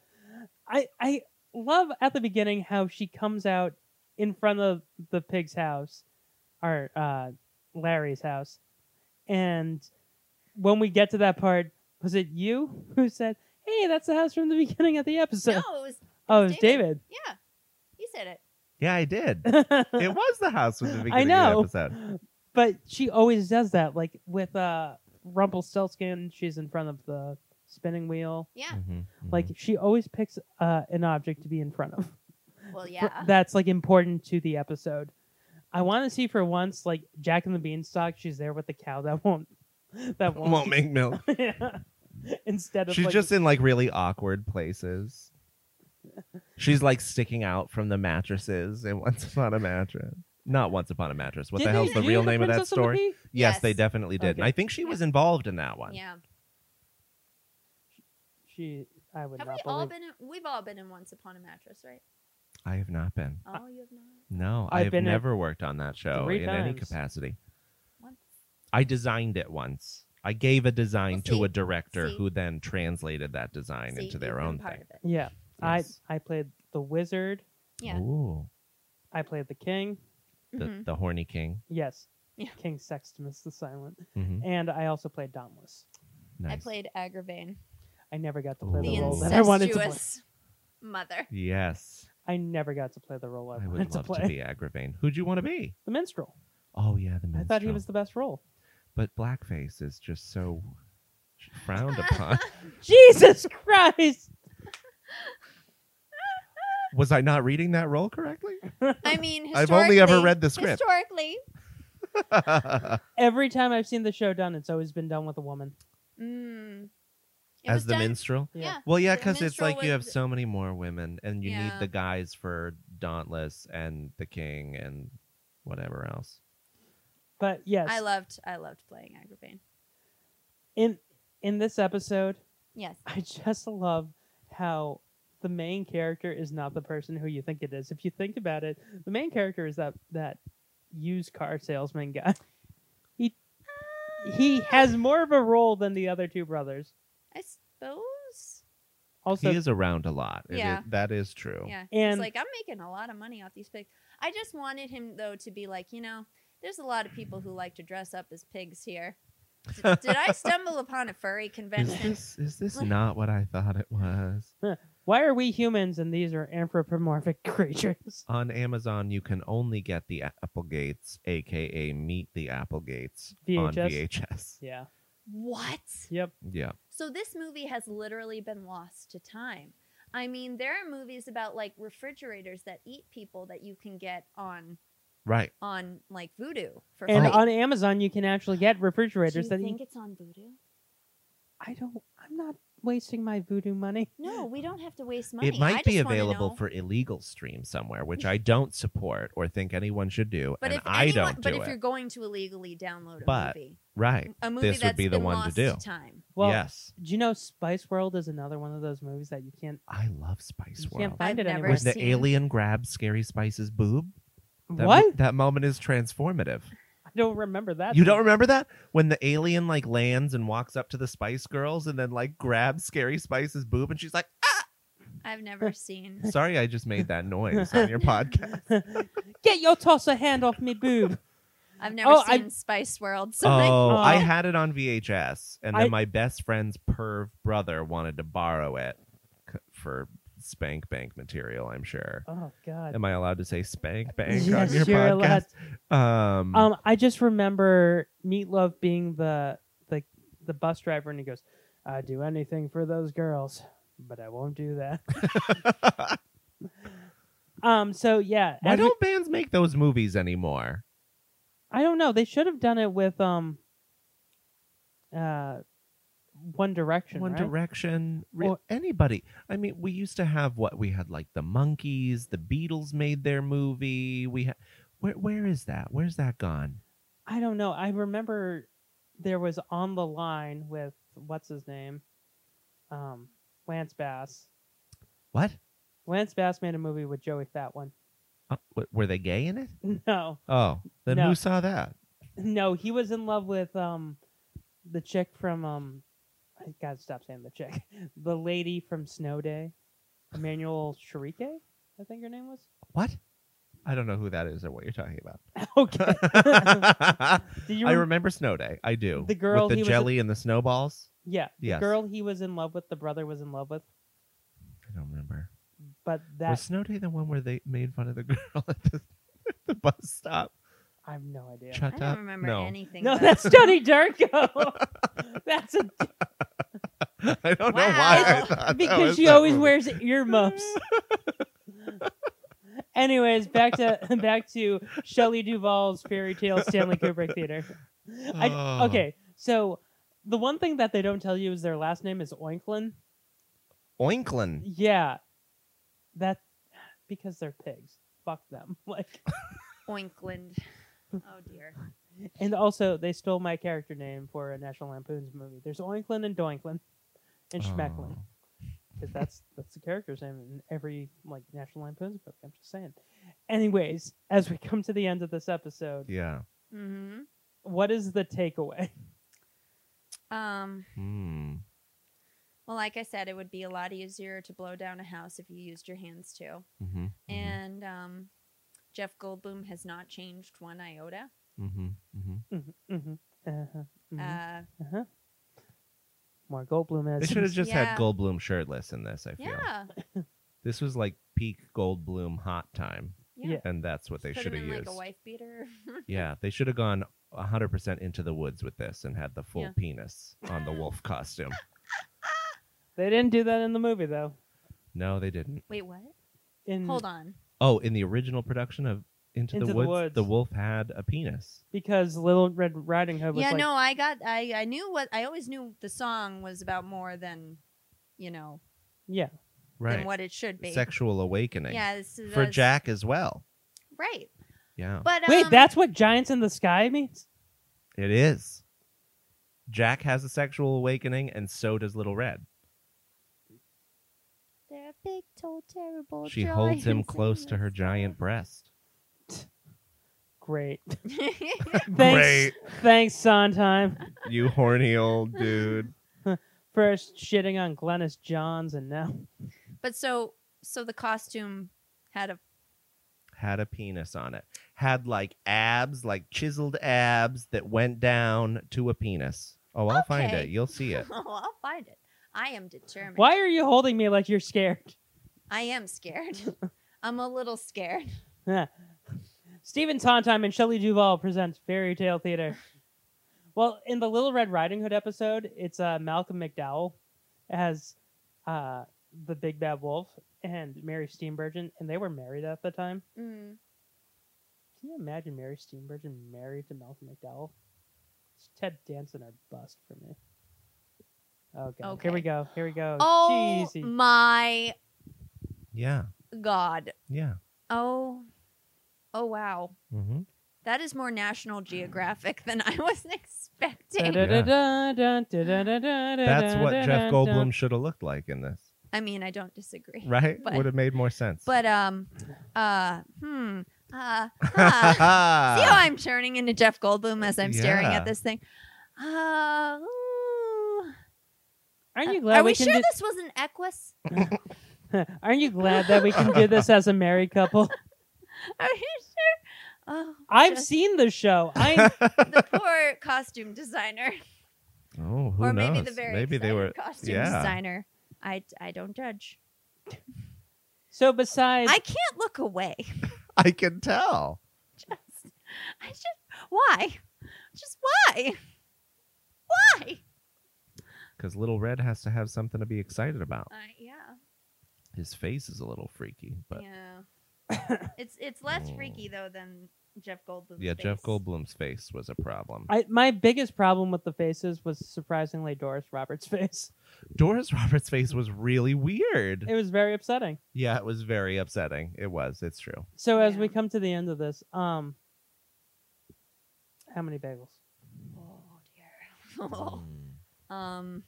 Speaker 2: I, I love at the beginning how she comes out in front of the pig's house, or uh, Larry's house. And when we get to that part, was it you who said, Hey, that's the house from the beginning of the episode?
Speaker 1: no, it was
Speaker 2: oh, it
Speaker 1: was
Speaker 2: was David.
Speaker 1: yeah. He said it.
Speaker 7: Yeah, I did. it was the house with the beginning
Speaker 2: I know.
Speaker 7: of the episode.
Speaker 2: But she always does that. Like with uh, Rumpelstiltskin, she's in front of the spinning wheel.
Speaker 1: Yeah.
Speaker 7: Mhm, mhm.
Speaker 2: Like she always picks uh, an object to be in front of.
Speaker 7: Mm.
Speaker 1: Well,
Speaker 2: for-
Speaker 1: yeah.
Speaker 2: that's like important to the episode. I want to see for once, like Jack and the Beanstalk. She's there with the cow that won't, that won't,
Speaker 7: won't make milk.
Speaker 2: Yeah. Instead of
Speaker 7: She's
Speaker 2: like,
Speaker 7: just in like really awkward places. She's like sticking out from the mattresses and once upon a mattress. Not once upon a mattress. What
Speaker 2: Did
Speaker 7: the
Speaker 2: they
Speaker 7: hell's the
Speaker 2: do
Speaker 7: real name of that
Speaker 2: Princess and the
Speaker 7: story?
Speaker 2: Pea?
Speaker 7: Yes, they
Speaker 1: Yes.
Speaker 7: definitely did. And
Speaker 2: Okay.
Speaker 7: I think she was involved in that one.
Speaker 1: Yeah.
Speaker 2: She, I would
Speaker 1: Have
Speaker 2: not
Speaker 1: we
Speaker 2: believe.
Speaker 1: all been? In, we've all been in Once Upon a Mattress, right?
Speaker 7: I have not been.
Speaker 1: Oh, you have not.
Speaker 7: No,
Speaker 2: I've
Speaker 7: I've,
Speaker 2: been in
Speaker 7: never worked on that show
Speaker 2: three
Speaker 7: in any
Speaker 2: times.
Speaker 7: capacity.
Speaker 1: Once.
Speaker 7: I designed it once. I gave a design
Speaker 1: Well, see,
Speaker 7: to a director
Speaker 1: see.
Speaker 7: who then translated that design
Speaker 1: See,
Speaker 7: into
Speaker 1: you've
Speaker 7: their
Speaker 1: been
Speaker 7: own
Speaker 1: part
Speaker 7: thing.
Speaker 1: of it.
Speaker 2: yeah,
Speaker 7: Yes.
Speaker 2: I I played the wizard.
Speaker 1: Yeah.
Speaker 7: Ooh,
Speaker 2: I played the king.
Speaker 7: the,
Speaker 2: Mm-hmm.
Speaker 1: Mhm.
Speaker 7: the horny king.
Speaker 2: Yes,
Speaker 1: Yeah.
Speaker 2: King Sextimus the Silent,
Speaker 7: Mhm.
Speaker 2: and I also played Domless.
Speaker 7: Nice.
Speaker 1: I played Agravain,
Speaker 2: I never got to
Speaker 7: Ooh.
Speaker 2: play
Speaker 1: the
Speaker 2: the role that I wanted to play.
Speaker 1: incestuous mother.
Speaker 7: Yes,
Speaker 2: I never got to play the role I,
Speaker 7: I
Speaker 2: wanted
Speaker 7: would
Speaker 2: to
Speaker 7: love
Speaker 2: play.
Speaker 7: to be Agravain. Who'd you want to be?
Speaker 2: The minstrel.
Speaker 7: Oh yeah, the
Speaker 2: I
Speaker 7: minstrel.
Speaker 2: thought he was the best role.
Speaker 7: But blackface is just so frowned upon.
Speaker 2: Jesus Christ!
Speaker 7: was I not reading that role correctly?
Speaker 1: I mean,
Speaker 7: I've only ever
Speaker 1: historically-
Speaker 7: read the script.
Speaker 1: Historically,
Speaker 2: Every time I've seen the show done, it's always been done with a woman.
Speaker 1: mm, it
Speaker 7: As
Speaker 1: was
Speaker 7: the
Speaker 1: done-
Speaker 7: minstrel.
Speaker 2: Yeah.
Speaker 1: Yeah.
Speaker 7: Well, yeah,
Speaker 1: The
Speaker 7: because it's
Speaker 1: minstrel
Speaker 7: like you have
Speaker 1: was-
Speaker 7: so many more women, and you need
Speaker 1: Yeah.
Speaker 7: the guys for Dauntless and the King and whatever else.
Speaker 2: But yes,
Speaker 1: I loved. I loved playing Agravain.
Speaker 2: in in this episode,
Speaker 1: Yes.
Speaker 2: I just love how the main character is not the person who you think it is. If you think about it, the main character is that that used car salesman guy. He he
Speaker 1: Ah.
Speaker 2: has more of a role than the other two brothers.
Speaker 1: I suppose.
Speaker 2: Also,
Speaker 7: he is around a lot. It-
Speaker 1: Yeah.
Speaker 7: it- that is true.
Speaker 1: Yeah.
Speaker 2: And-
Speaker 1: it's like I'm making a lot of money off these pigs. I just wanted him though to be like, you know, there's a lot of people who like to dress up as pigs here. D- did I stumble upon a furry
Speaker 7: Is
Speaker 1: convention?
Speaker 7: this is this not what I thought it was?
Speaker 2: why are we humans and these are anthropomorphic creatures?
Speaker 7: On Amazon, you can only get the Applegates, aka Meet the Applegates, on
Speaker 2: VHS?
Speaker 7: VHS.
Speaker 2: Yeah.
Speaker 1: What?
Speaker 2: Yep.
Speaker 7: Yeah.
Speaker 1: So this movie has literally been lost to time. I mean, there are movies about like refrigerators that eat people that you can get on
Speaker 7: Right.
Speaker 1: on like voodoo for
Speaker 2: And
Speaker 1: free.
Speaker 2: on Amazon, you can actually get
Speaker 1: Do
Speaker 2: refrigerators
Speaker 1: you
Speaker 2: that
Speaker 1: think
Speaker 2: eat-
Speaker 1: it's on voodoo?
Speaker 2: I don't. I'm not wasting my voodoo money.
Speaker 1: No, we don't have to waste money.
Speaker 7: It
Speaker 1: I
Speaker 7: might
Speaker 1: just
Speaker 7: be
Speaker 1: wanna
Speaker 7: available
Speaker 1: know.
Speaker 7: for illegal stream somewhere, which I don't support or think anyone should do,
Speaker 1: But if
Speaker 7: and I
Speaker 1: anyone,
Speaker 7: don't
Speaker 1: but
Speaker 7: do
Speaker 1: if
Speaker 7: it.
Speaker 1: you're going to illegally download a
Speaker 7: But-
Speaker 1: movie,
Speaker 7: Right.
Speaker 1: a movie
Speaker 7: this
Speaker 1: that's
Speaker 7: would be the
Speaker 1: been
Speaker 7: one to
Speaker 1: lost
Speaker 7: do.
Speaker 1: time.
Speaker 2: Well,
Speaker 7: yes.
Speaker 2: do you know Spice World is another one of those movies that you can't
Speaker 7: I love Spice
Speaker 2: you can't
Speaker 7: World.
Speaker 1: I've
Speaker 2: find it
Speaker 1: never
Speaker 2: anywhere.
Speaker 7: When the
Speaker 1: seen-
Speaker 7: alien grabs Scary Spice's boob, that,
Speaker 2: What?
Speaker 7: that moment is transformative.
Speaker 2: I don't remember that.
Speaker 7: you don't remember that? When the alien like lands and walks up to the Spice Girls and then like grabs Scary Spice's boob and she's like, "Ah!"
Speaker 1: I've never seen.
Speaker 7: "Sorry, I just made that noise on your podcast."
Speaker 2: remember. Get your tosser hand off me boob.
Speaker 1: I've never
Speaker 2: Oh, I-
Speaker 1: seen Spice World. So
Speaker 7: Oh,
Speaker 2: Oh.
Speaker 7: I had it on VHS and then
Speaker 2: I-
Speaker 7: my best friend's perv brother wanted to borrow it c- for spank bank material, I'm sure.
Speaker 2: Oh God.
Speaker 7: Am I allowed to say spank bank
Speaker 2: Yes,
Speaker 7: on your
Speaker 2: you're allowed.
Speaker 7: podcast? Um,
Speaker 2: Um, I just remember Meatloaf being the the the bus driver, and he goes, "I do anything for those girls, but I won't do that." um. So yeah,
Speaker 7: Why
Speaker 2: as we-
Speaker 7: don't bands make those movies anymore?
Speaker 2: I don't know. They should have done it with um. Uh, One Direction.
Speaker 7: One
Speaker 2: right?
Speaker 7: Direction, re-
Speaker 2: Or-
Speaker 7: anybody. I mean, we used to have what we had like the Monkeys, the Beatles made their movie. We had where where is that? Where's that gone?
Speaker 2: I don't know. I remember there was on the line with what's his name, um, Lance Bass.
Speaker 7: What?
Speaker 2: Lance Bass made a movie with Joey Fat One.
Speaker 7: Uh, w- were they gay in it?
Speaker 2: No,
Speaker 7: Oh, then
Speaker 2: No.
Speaker 7: who saw that?
Speaker 2: no, he was in love with um, the chick from um, I gotta stop saying the chick, the lady from Snow Day, Emmanuel Sharike, I think her name was.
Speaker 7: What? I don't know who that is or what you're talking about.
Speaker 2: Okay, Did you
Speaker 7: I
Speaker 2: rem-
Speaker 7: remember Snow Day. I do.
Speaker 2: The girl
Speaker 7: with
Speaker 2: he was
Speaker 7: the
Speaker 2: a-
Speaker 7: jelly and the snowballs.
Speaker 2: yeah, the
Speaker 7: Yes.
Speaker 2: girl he was in love with, the brother was in love with,
Speaker 7: I don't remember.
Speaker 2: but
Speaker 7: Was
Speaker 2: that
Speaker 7: Snow Day the one where they made fun of the girl at the, at the bus stop?
Speaker 2: I have no idea.
Speaker 7: Shut
Speaker 1: I
Speaker 7: up.
Speaker 1: don't remember
Speaker 7: no.
Speaker 1: anything.
Speaker 2: No,
Speaker 1: about
Speaker 2: that's
Speaker 1: it.
Speaker 2: Tony Darko. that's a
Speaker 7: I don't know
Speaker 1: Wow.
Speaker 7: why. I
Speaker 1: It's
Speaker 7: thought that
Speaker 2: because
Speaker 7: was
Speaker 2: she
Speaker 7: that
Speaker 2: always
Speaker 7: movie.
Speaker 2: wears earmuffs. Anyways, back to back to Shelley Duvall's fairy tale Stanley Kubrick theater. I,
Speaker 7: Oh.
Speaker 2: okay, so the one thing that they don't tell you is their last name is Oinklin.
Speaker 7: Oinklin.
Speaker 2: Yeah, that because they're pigs. Fuck them. Like,
Speaker 1: Oinkland. Oh dear.
Speaker 2: and also they stole my character name for a National Lampoon's movie. There's Oinklin and Doinklin, and Schmecklin.
Speaker 7: Oh.
Speaker 2: because that's that's the character's name in every like National Lampoon's book. I'm just saying. Anyways, as we come to the end of this episode,
Speaker 7: Yeah.
Speaker 1: Mm-hmm.
Speaker 2: what is the takeaway?
Speaker 1: Um,
Speaker 7: Hmm.
Speaker 1: well, like I said, it would be a lot easier to blow down a house if you used your hands too.
Speaker 7: Mhm,
Speaker 2: Mm-hmm.
Speaker 1: And um, Jeff Goldblum has not changed one iota.
Speaker 7: Mm-hmm. Mm-hmm.
Speaker 2: Mm-hmm. Uh-huh. mhm.
Speaker 1: Uh,
Speaker 2: Uh-huh. More Goldblum
Speaker 7: They
Speaker 2: as
Speaker 7: should have just
Speaker 1: Yeah.
Speaker 7: had Goldblum shirtless in this. I feel
Speaker 1: yeah.
Speaker 7: this was like peak Goldblum hot time,
Speaker 1: Yeah.
Speaker 2: Yeah.
Speaker 7: and that's what they
Speaker 1: Put
Speaker 7: should
Speaker 1: him
Speaker 7: have
Speaker 1: in
Speaker 7: used.
Speaker 1: like a wife beater.
Speaker 7: yeah, they should have gone 100% into the woods with this and had the full
Speaker 1: Yeah.
Speaker 7: penis on the wolf costume.
Speaker 2: They didn't do that in the movie though.
Speaker 7: No, they didn't.
Speaker 1: Wait, what?
Speaker 2: In
Speaker 1: Hold on.
Speaker 7: Oh, in the original production of Into,
Speaker 2: Into
Speaker 7: the,
Speaker 2: the
Speaker 7: woods,
Speaker 2: Woods.
Speaker 7: the wolf had a penis.
Speaker 2: because Little Red Riding Hood was
Speaker 1: Yeah,
Speaker 2: like,
Speaker 1: no, I got, I, I knew what, I always knew the song was about more than, you know,
Speaker 2: yeah,
Speaker 7: Right.
Speaker 1: than what it should be.
Speaker 7: Sexual awakening.
Speaker 1: Yeah, this is
Speaker 7: For
Speaker 1: that's-
Speaker 7: Jack Oh. as well.
Speaker 1: Right.
Speaker 7: Yeah.
Speaker 1: But um,
Speaker 2: wait, that's what Giants in the Sky means.
Speaker 7: It is. Jack has a sexual awakening, and so does Little Red.
Speaker 11: They're big, told,
Speaker 1: Oh,
Speaker 11: terrible.
Speaker 7: She holds him
Speaker 11: giants in
Speaker 7: close to
Speaker 11: the
Speaker 7: her
Speaker 11: sky.
Speaker 7: giant breast.
Speaker 2: Great.
Speaker 1: that's.
Speaker 2: Thanks, thanks, Sondheim,
Speaker 7: You horny old dude.
Speaker 2: first shitting on Glennis Johns, and now
Speaker 1: but so, so the costume had a
Speaker 7: had a penis on it. Had like abs, like chiseled abs that went down to a penis. Oh, I'll find
Speaker 1: Okay.
Speaker 7: it. You'll see it.
Speaker 1: oh, I'll find it. I am determined.
Speaker 2: why are you holding me like you're scared?
Speaker 1: I am scared. I'm a little scared.
Speaker 2: Stephen Sondheim and Shelley Duvall present Fairy Tale Theater. Well, in the Little Red Riding Hood episode, it's uh, Malcolm McDowell as uh, the Big Bad Wolf and Mary Steenburgen, and they were married at the time.
Speaker 1: Mm.
Speaker 2: Can you imagine Mary Steenburgen married to Malcolm McDowell? It's Ted Danson or bust for me. Okay,
Speaker 1: Okay.
Speaker 2: here we go. Here we go.
Speaker 1: Oh
Speaker 2: Jeezy.
Speaker 1: my
Speaker 7: Yeah.
Speaker 1: god.
Speaker 7: Yeah.
Speaker 1: Oh, oh wow.
Speaker 7: Mm-hmm.
Speaker 1: That is more National
Speaker 2: Mm.
Speaker 1: Geographic than I was expecting.
Speaker 7: That's
Speaker 2: That's
Speaker 7: what Jeff Goldblum should have looked like in this,
Speaker 1: I mean, I don't disagree.
Speaker 7: right?
Speaker 1: But-
Speaker 7: Would have made more sense.
Speaker 1: But um, uh, hmm, uh, huh. See how I'm turning into Jeff Goldblum as I'm staring
Speaker 7: Yeah.
Speaker 1: at this thing. Uh, ooh. Uh,
Speaker 2: Aren't you glad
Speaker 1: Are we,
Speaker 2: can
Speaker 1: sure
Speaker 2: do-
Speaker 1: this was an Equus?
Speaker 2: Aren't you glad that we can do this as a married couple?
Speaker 1: Are you sure? Oh,
Speaker 2: I've
Speaker 1: just
Speaker 2: seen the show. I
Speaker 1: the poor costume designer,
Speaker 7: oh, who
Speaker 1: or
Speaker 7: knows?
Speaker 1: maybe the very
Speaker 7: maybe they
Speaker 1: excited
Speaker 7: were.
Speaker 1: costume
Speaker 7: yeah.
Speaker 1: designer. I, I don't judge.
Speaker 2: so besides
Speaker 1: I can't look away.
Speaker 7: I can tell.
Speaker 1: Just, I just why? Just why? Why?
Speaker 7: Because Little Red has to have something to be excited about.
Speaker 1: Uh, yeah,
Speaker 7: His face is a little freaky, but yeah,
Speaker 1: yeah. it's it's less freaky though than Jeff Goldblum.
Speaker 7: Jeff Goldblum's face was a problem.
Speaker 2: I, my biggest problem with the faces was surprisingly Doris Roberts' face.
Speaker 7: Doris Roberts' face was really weird.
Speaker 2: It was very upsetting.
Speaker 7: yeah, it was very upsetting. It was. It's true.
Speaker 2: So as
Speaker 1: Yeah.
Speaker 2: we come to the end of this, um, how many bagels?
Speaker 1: Oh
Speaker 7: Oh.
Speaker 1: dear. um.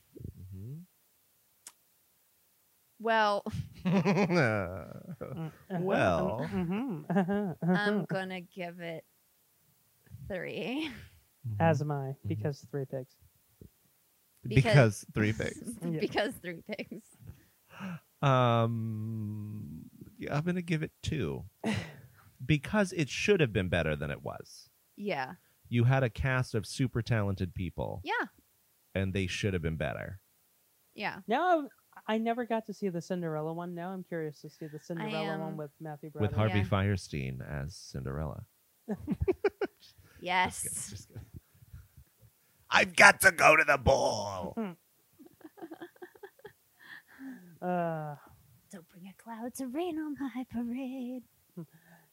Speaker 1: Well,
Speaker 7: Mhm.
Speaker 2: Mm.
Speaker 7: Well.
Speaker 2: Mm-hmm.
Speaker 1: I'm gonna give it three.
Speaker 2: as am I because three pigs.
Speaker 7: because three pigs.
Speaker 2: Yeah.
Speaker 1: because three pigs.
Speaker 7: Um, yeah, I'm gonna give it two because it should have been better than it was.
Speaker 1: Yeah.
Speaker 7: You had a cast of super talented people,
Speaker 1: Yeah.
Speaker 7: and they should have been better.
Speaker 1: Yeah.
Speaker 2: Now I've- I never got to see the Cinderella one. Now I'm curious to see the Cinderella one
Speaker 1: am-
Speaker 2: with Matthew Broderick.
Speaker 7: With Harvey
Speaker 1: Yeah.
Speaker 7: Firestein as Cinderella.
Speaker 1: Yes.
Speaker 7: I've got to go to the ball.
Speaker 2: Uh,
Speaker 11: Don't bring a cloud to rain on my parade.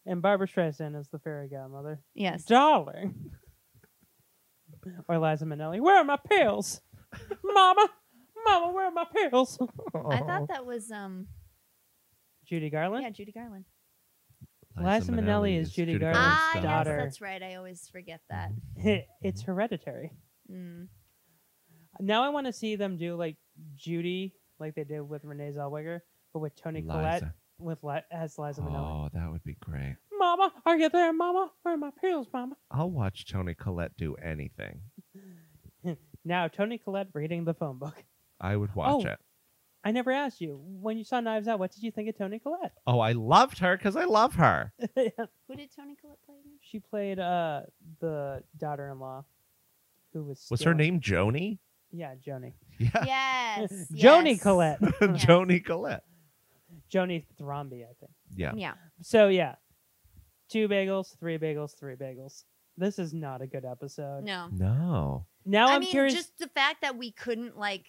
Speaker 2: and Barbara Streisand is the fairy godmother.
Speaker 1: Yes.
Speaker 2: Darling. or Liza Minnelli. Where are my pills? Mama, Mama, where are my pills?
Speaker 1: I
Speaker 7: Oh.
Speaker 1: thought that was um
Speaker 2: Judy Garland.
Speaker 1: yeah Judy Garland.
Speaker 2: Liza Minnelli is Judy Garland's
Speaker 1: Ah yes,
Speaker 2: daughter.
Speaker 1: that's right. I always forget that.
Speaker 2: it's hereditary.
Speaker 1: Mm.
Speaker 2: Now I want to see them do like Judy like they did with Renee Zellweger, but with Tony
Speaker 7: Liza.
Speaker 2: Collette with Li- as Liza Minnelli.
Speaker 7: Oh, that would be great.
Speaker 2: Mama, are you there, Mama? Where are my pills, Mama?
Speaker 7: I'll watch Tony Collette do anything.
Speaker 2: Now Tony Collette reading the phone book.
Speaker 7: I would watch
Speaker 2: Oh.
Speaker 7: it.
Speaker 2: I never asked you when you saw Knives Out. What did you think of Tony Collette?
Speaker 7: Oh, I loved her because I love her.
Speaker 1: Who did Tony Collette play again?
Speaker 2: She played uh the daughter-in-law, who was
Speaker 7: Was
Speaker 2: still-
Speaker 7: her name Joni?
Speaker 2: Yeah, Joni.
Speaker 7: Yeah.
Speaker 1: Yes.
Speaker 2: Joni
Speaker 1: yes.
Speaker 2: Collette.
Speaker 7: Joni Collette.
Speaker 2: Joni Thromby, I think.
Speaker 7: Yeah.
Speaker 1: Yeah.
Speaker 2: So yeah, two bagels, three bagels, three bagels. This is not a good episode.
Speaker 1: No.
Speaker 7: No.
Speaker 2: Now
Speaker 1: I
Speaker 2: am
Speaker 1: mean,
Speaker 2: curious.
Speaker 1: just the fact that we couldn't like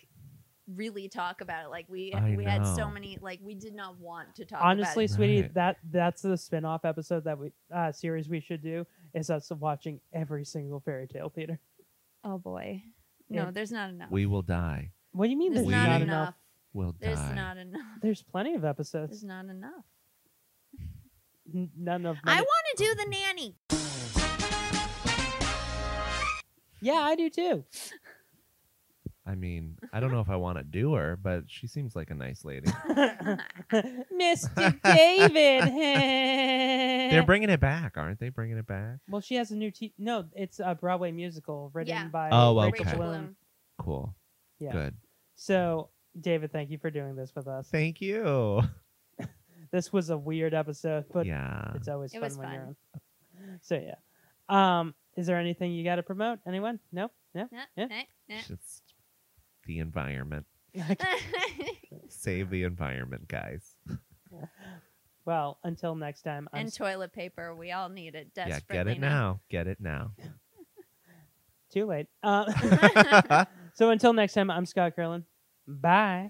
Speaker 1: really talk about it. Like we
Speaker 7: I
Speaker 1: we had so
Speaker 7: know.
Speaker 1: many like we did not want to talk
Speaker 2: Honestly,
Speaker 1: about it.
Speaker 2: sweetie,
Speaker 7: Right.
Speaker 2: that that's the spin-off episode that we uh, series we should do is us watching every single fairy tale theater.
Speaker 1: Oh boy. No,
Speaker 2: It-
Speaker 1: there's not enough.
Speaker 7: We will die.
Speaker 2: What do you mean
Speaker 1: there's
Speaker 2: there's,
Speaker 7: We-
Speaker 1: not, enough.
Speaker 2: enough?
Speaker 7: Will
Speaker 1: There's
Speaker 7: die.
Speaker 1: not enough.
Speaker 2: There's plenty of
Speaker 1: There's
Speaker 2: episodes.
Speaker 1: not enough.
Speaker 2: N- None of
Speaker 1: I
Speaker 2: many-
Speaker 1: want to do the nanny.
Speaker 2: Yeah, I do too.
Speaker 7: I mean, I don't know if I want to do her, but she seems like a nice lady.
Speaker 2: Mr. David.
Speaker 7: They're bringing it back, aren't they? Bringing it back.
Speaker 2: well, she has a new. T- no, it's a Broadway musical written
Speaker 1: Yeah.
Speaker 2: by
Speaker 7: Oh,
Speaker 2: Rachel
Speaker 7: okay.
Speaker 1: Rachel
Speaker 2: Bloom.
Speaker 1: Bloom.
Speaker 7: Cool.
Speaker 2: Yeah.
Speaker 7: Good.
Speaker 2: So, David, thank you for doing this with us.
Speaker 7: Thank you.
Speaker 2: This was a weird episode, but
Speaker 7: yeah.
Speaker 2: it's always
Speaker 1: It
Speaker 2: fun
Speaker 1: was
Speaker 2: when you're
Speaker 1: fun.
Speaker 2: on. So yeah. Um, is there anything you got to promote? Anyone? Nope. No.
Speaker 1: Nah,
Speaker 2: Yeah.
Speaker 1: nah, nah.
Speaker 7: It's Just the environment. Save the environment, guys.
Speaker 2: Well, until next time. I'm
Speaker 1: and toilet paper. We all need it
Speaker 7: Yeah,
Speaker 1: desperately.
Speaker 7: get it
Speaker 1: now.
Speaker 7: now. Get it now.
Speaker 2: too late. Uh, so until next time, I'm Scott Curlin. Bye.